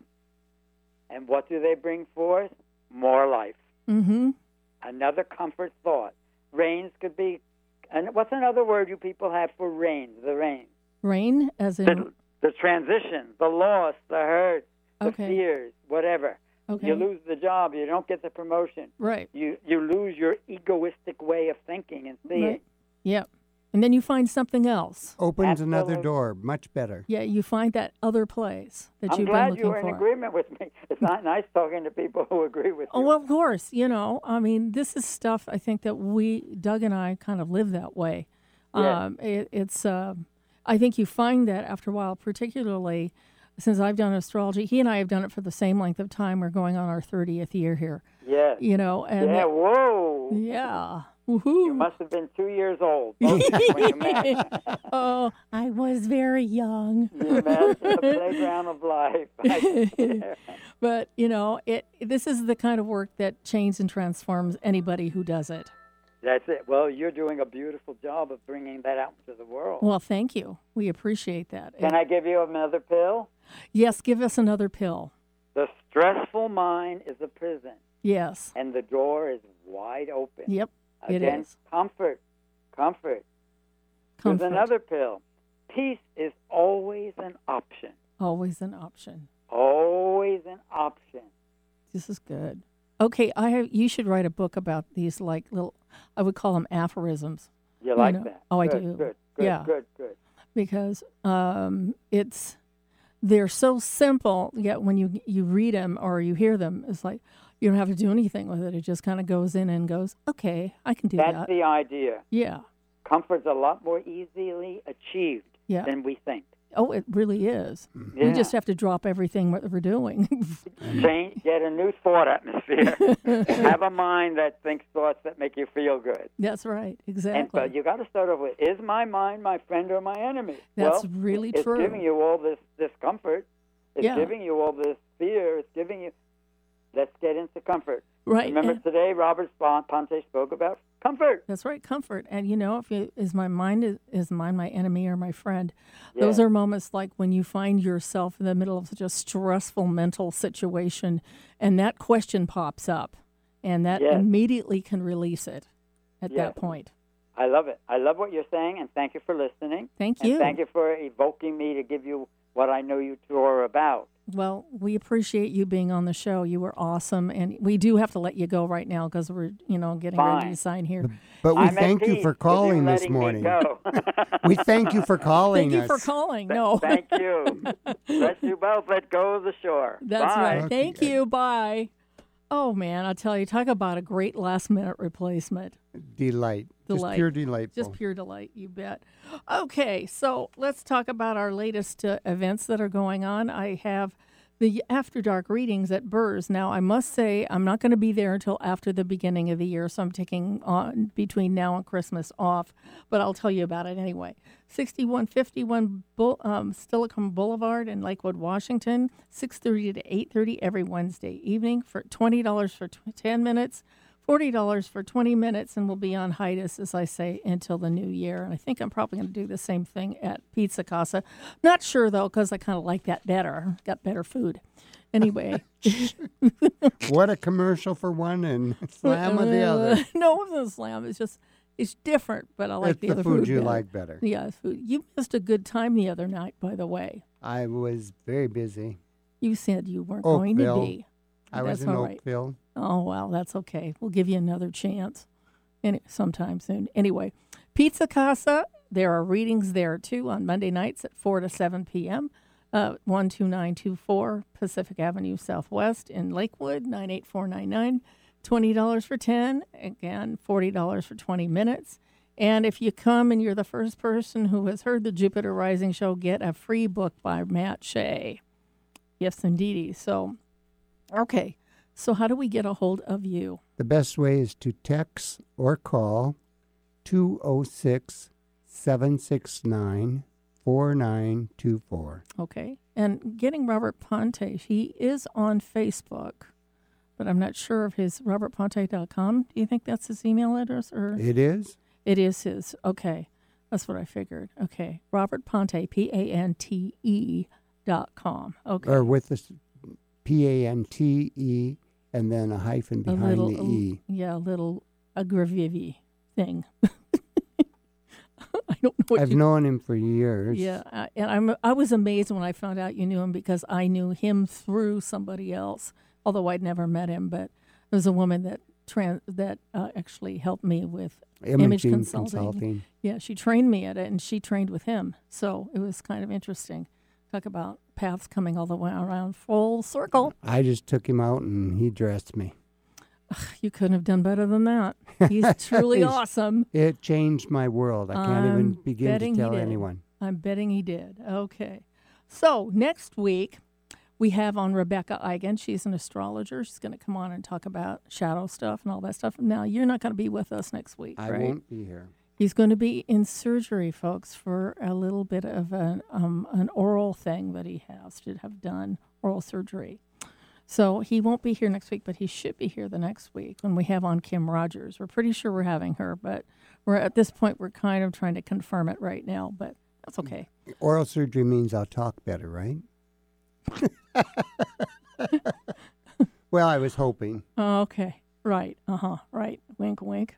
[SPEAKER 7] And what do they bring forth? More life.
[SPEAKER 1] Mm-hmm.
[SPEAKER 7] Another comfort thought. Rains could be. And what's another word you people have for rains? The rains.
[SPEAKER 1] Rain, as in,
[SPEAKER 7] The, the transition, the loss, the hurt, the
[SPEAKER 1] Okay.
[SPEAKER 7] fears, whatever.
[SPEAKER 1] okay,
[SPEAKER 7] You lose the job, you don't get the promotion.
[SPEAKER 1] right,
[SPEAKER 7] You you lose your egoistic way of thinking and seeing.
[SPEAKER 1] right, yep. And then you find something else.
[SPEAKER 2] Opens another
[SPEAKER 7] Absolutely.
[SPEAKER 2] door, much better.
[SPEAKER 1] Yeah, you find that other place that
[SPEAKER 7] I'm
[SPEAKER 1] you've
[SPEAKER 7] glad
[SPEAKER 1] been
[SPEAKER 7] you
[SPEAKER 1] looking
[SPEAKER 7] were in
[SPEAKER 1] for.
[SPEAKER 7] agreement with me. It's not nice talking to people who agree with
[SPEAKER 1] Oh,
[SPEAKER 7] you.
[SPEAKER 1] well, of course, you know, I mean, this is stuff I think that we, Doug and I, kind of live that way.
[SPEAKER 7] Yeah.
[SPEAKER 1] Um, it, it's, um I think you find that after a while, particularly since I've done astrology. He and I have done it for the same length of time. We're going on our 30th year here,
[SPEAKER 7] yeah.
[SPEAKER 1] you know, and
[SPEAKER 7] Yeah, whoa.
[SPEAKER 1] yeah. Woohoo.
[SPEAKER 7] You mest have been two years old both of you, when you met.
[SPEAKER 1] oh, I was very young.
[SPEAKER 7] You met the playground of life. I-
[SPEAKER 1] But you know, it this is the kind of work that changes and transforms anybody who does it.
[SPEAKER 7] That's it. Well, you're doing a beautiful job of bringing that out into the world.
[SPEAKER 1] Well, thank you. We appreciate that.
[SPEAKER 7] Can I give you another pill?
[SPEAKER 1] yes, give us another pill.
[SPEAKER 7] The stressful mind is a prison,
[SPEAKER 1] Yes.
[SPEAKER 7] and the door is wide open.
[SPEAKER 1] Yep. It
[SPEAKER 7] Again,
[SPEAKER 1] is.
[SPEAKER 7] comfort, comfort.
[SPEAKER 1] Comfort.
[SPEAKER 7] There's another pill. peace is always an option.
[SPEAKER 1] Always an option.
[SPEAKER 7] Always an option.
[SPEAKER 1] This is good. Okay, I have. You should write a book about these, like little. I would call them aphorisms.
[SPEAKER 7] You like
[SPEAKER 1] know.
[SPEAKER 7] that?
[SPEAKER 1] Oh, I
[SPEAKER 7] Good,
[SPEAKER 1] do.
[SPEAKER 7] Good, good,
[SPEAKER 1] Yeah.
[SPEAKER 7] good, good.
[SPEAKER 1] because um, it's they're so simple. Yet when you you read them or you hear them, it's like you don't have to do anything with it. It just kind of goes in and goes. Okay, I can do
[SPEAKER 7] That's
[SPEAKER 1] that.
[SPEAKER 7] the idea.
[SPEAKER 1] yeah.
[SPEAKER 7] Comfort's a lot more easily achieved
[SPEAKER 1] Yeah.
[SPEAKER 7] than we think.
[SPEAKER 1] Oh, it really is.
[SPEAKER 7] Yeah.
[SPEAKER 1] We just have to drop everything what we're doing.
[SPEAKER 7] Change, get a new thought atmosphere. have a mind that thinks thoughts that make you feel good.
[SPEAKER 1] That's right.
[SPEAKER 7] And
[SPEAKER 1] Exactly.
[SPEAKER 7] but you got to start off with: Is my mind my friend or my enemy?
[SPEAKER 1] That's
[SPEAKER 7] well,
[SPEAKER 1] really
[SPEAKER 7] it's
[SPEAKER 1] true.
[SPEAKER 7] giving you all this discomfort. It's
[SPEAKER 1] Yeah.
[SPEAKER 7] giving you all this fear. It's giving you. Let's get into comfort.
[SPEAKER 1] right.
[SPEAKER 7] Remember
[SPEAKER 1] and-
[SPEAKER 7] today, Robert Spon- Ponte spoke about comfort.
[SPEAKER 1] That's right, comfort. And you know, if it, is my mind is, is mine my enemy or my friend? Those
[SPEAKER 7] Yeah.
[SPEAKER 1] are moments like when you find yourself in the middle of such a stressful mental situation, and that question pops up, and that
[SPEAKER 7] Yes.
[SPEAKER 1] immediately can release it at
[SPEAKER 7] Yes.
[SPEAKER 1] that point.
[SPEAKER 7] I love it. I love what you're saying, and thank you for listening.
[SPEAKER 1] Thank
[SPEAKER 7] And
[SPEAKER 1] you.
[SPEAKER 7] thank you for evoking me to give you what I know you two are about.
[SPEAKER 1] Well, we appreciate you being on the show. You were awesome, and we do have to let you go right now because we're you know getting ready
[SPEAKER 7] Fine.
[SPEAKER 1] to sign here.
[SPEAKER 2] But we
[SPEAKER 7] I'm at
[SPEAKER 2] thank you
[SPEAKER 7] peace
[SPEAKER 2] for
[SPEAKER 7] with
[SPEAKER 2] calling this
[SPEAKER 7] letting me
[SPEAKER 2] morning.
[SPEAKER 7] go.
[SPEAKER 2] We thank you for calling
[SPEAKER 1] Thank you
[SPEAKER 2] us.
[SPEAKER 1] for calling. No,
[SPEAKER 7] Thank you. Let you both let go of the shore.
[SPEAKER 1] That's
[SPEAKER 7] Bye.
[SPEAKER 1] right.
[SPEAKER 2] Okay.
[SPEAKER 1] Thank you. Bye. Oh man, I tell you, talk about a great last minute replacement.
[SPEAKER 2] Delight. Just
[SPEAKER 1] Delight.
[SPEAKER 2] pure delightful.
[SPEAKER 1] Just pure delight, you bet. Okay, so let's talk about our latest uh, events that are going on. I have the after dark readings at Burrs. Now, I must say, I'm not going to be there until after the beginning of the year, so I'm taking on between now and Christmas off, but I'll tell you about it anyway. 6151 Bou- um, Stillicum Boulevard in Lakewood, Washington, 6:30 to 8:30 every Wednesday evening for $20 for tw- 10 minutes. $40 for 20 minutes and we'll be on hiatus as i say until the new year and i think i'm probably going to do the same thing at pizza casa not sure though because i kind of like that better got better food anyway
[SPEAKER 2] What a commercial for one and slam of the other.
[SPEAKER 1] no it wasn't a slam it's just it's different but i like
[SPEAKER 2] It's
[SPEAKER 1] the,
[SPEAKER 2] the
[SPEAKER 1] other
[SPEAKER 2] food
[SPEAKER 1] food,
[SPEAKER 2] you
[SPEAKER 1] better.
[SPEAKER 2] like better.
[SPEAKER 1] yeah it's food you missed a good time the other night by the way
[SPEAKER 2] I was very busy.
[SPEAKER 1] you said you weren't
[SPEAKER 2] Oakville.
[SPEAKER 1] going to be
[SPEAKER 2] I was
[SPEAKER 1] That's
[SPEAKER 2] in
[SPEAKER 1] all right.
[SPEAKER 2] Oakville.
[SPEAKER 1] Oh, well, that's okay. We'll give you another chance any, sometime soon. Anyway, Pizza Casa, there are readings there too on Monday nights at 4 to 7 p.m. Uh, 12924 Pacific Avenue Southwest in Lakewood, 98499. $20 for 10, again, $40 for 20 minutes. And if you come and you're the first person who has heard the Jupiter Rising show, get a free book by Matt Shea. Yes, indeedy. So, okay. So, how do we get a hold of you?
[SPEAKER 2] The best way is to text or call 206 769 4924.
[SPEAKER 1] Okay. And getting Robert Ponte, he is on Facebook, but I'm not sure of his robertponte.com. Do you think that's his email address or
[SPEAKER 2] It is?
[SPEAKER 1] it is his? Okay. That's what I figured. Okay. Robert Ponte, P A N T E dot com. Okay.
[SPEAKER 2] Or with this P A N T E and then a hyphen
[SPEAKER 1] a
[SPEAKER 2] behind
[SPEAKER 1] little, um,
[SPEAKER 2] the E.
[SPEAKER 1] yeah, a little aggravivi thing. I don't know what
[SPEAKER 2] I've
[SPEAKER 1] you
[SPEAKER 2] known him for years.
[SPEAKER 1] Yeah, I, and I'm I was amazed when I found out you knew him because I knew him through somebody else, although I'd never met him. But there was a woman that trans, that uh, actually helped me with
[SPEAKER 2] Imaging
[SPEAKER 1] image consulting.
[SPEAKER 2] consulting.
[SPEAKER 1] Yeah, she trained me at it, and she trained with him, so it was kind of interesting. Talk about paths coming all the way around full circle.
[SPEAKER 2] I just took him out and he dressed me.
[SPEAKER 1] You couldn't have done better than that. He's truly
[SPEAKER 2] He's-
[SPEAKER 1] awesome.
[SPEAKER 2] It changed my world. I can't
[SPEAKER 1] I'm
[SPEAKER 2] even begin
[SPEAKER 1] betting
[SPEAKER 2] to
[SPEAKER 1] he
[SPEAKER 2] tell
[SPEAKER 1] did.
[SPEAKER 2] anyone.
[SPEAKER 1] I'm betting he did. Okay. So next week, we have on Rebecca Eigen. She's an astrologer. She's going to come on and talk about shadow stuff and all that stuff. Now, you're not going to be with us next week,
[SPEAKER 2] I
[SPEAKER 1] right?
[SPEAKER 2] won't be here.
[SPEAKER 1] He's going to be in surgery, folks, for a little bit of an, um, an oral thing that he has to have done, oral surgery. So he won't be here next week, but he should be here the next week when we have on Kim Rogers. We're pretty sure we're having her, but we're at this point, we're kind of trying to confirm it right now, but that's okay.
[SPEAKER 2] Oral surgery means I'll talk better, right? well, I was hoping.
[SPEAKER 1] Oh, okay. Right. Uh huh. Right. Wink, wink.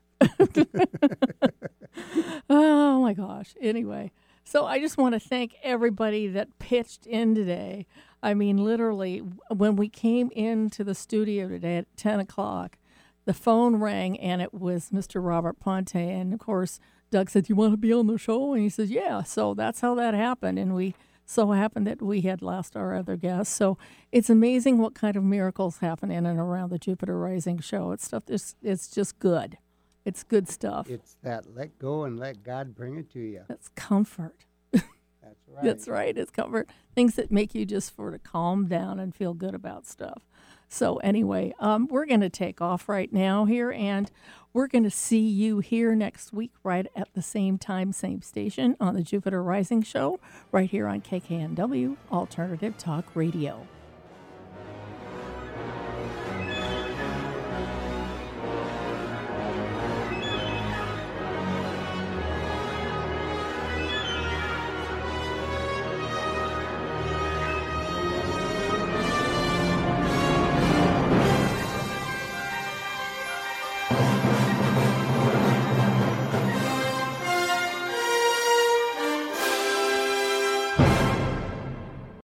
[SPEAKER 1] oh my gosh. Anyway, So I just want to thank everybody that pitched in today. I mean, literally, when we came into the studio today at 10 o'clock, the phone rang and it was Mr. Robert Ponte. And of course, Doug said, You want to be on the show? And he says, Yeah. So that's how that happened. And we so happened that we had lost our other guest. So it's amazing what kind of miracles happen in and around the Jupiter Rising show. It's stuff, it's, it's just good. It's good stuff.
[SPEAKER 2] It's that let go and let God bring it to you.
[SPEAKER 1] That's comfort.
[SPEAKER 2] That's right.
[SPEAKER 1] That's right. It's comfort. Things that make you just sort of calm down and feel good about stuff. So, anyway, um, we're going to take off right now here, and we're going to see you here next week, right at the same time, same station on the Jupiter Rising Show, right here on KKNW Alternative Talk Radio.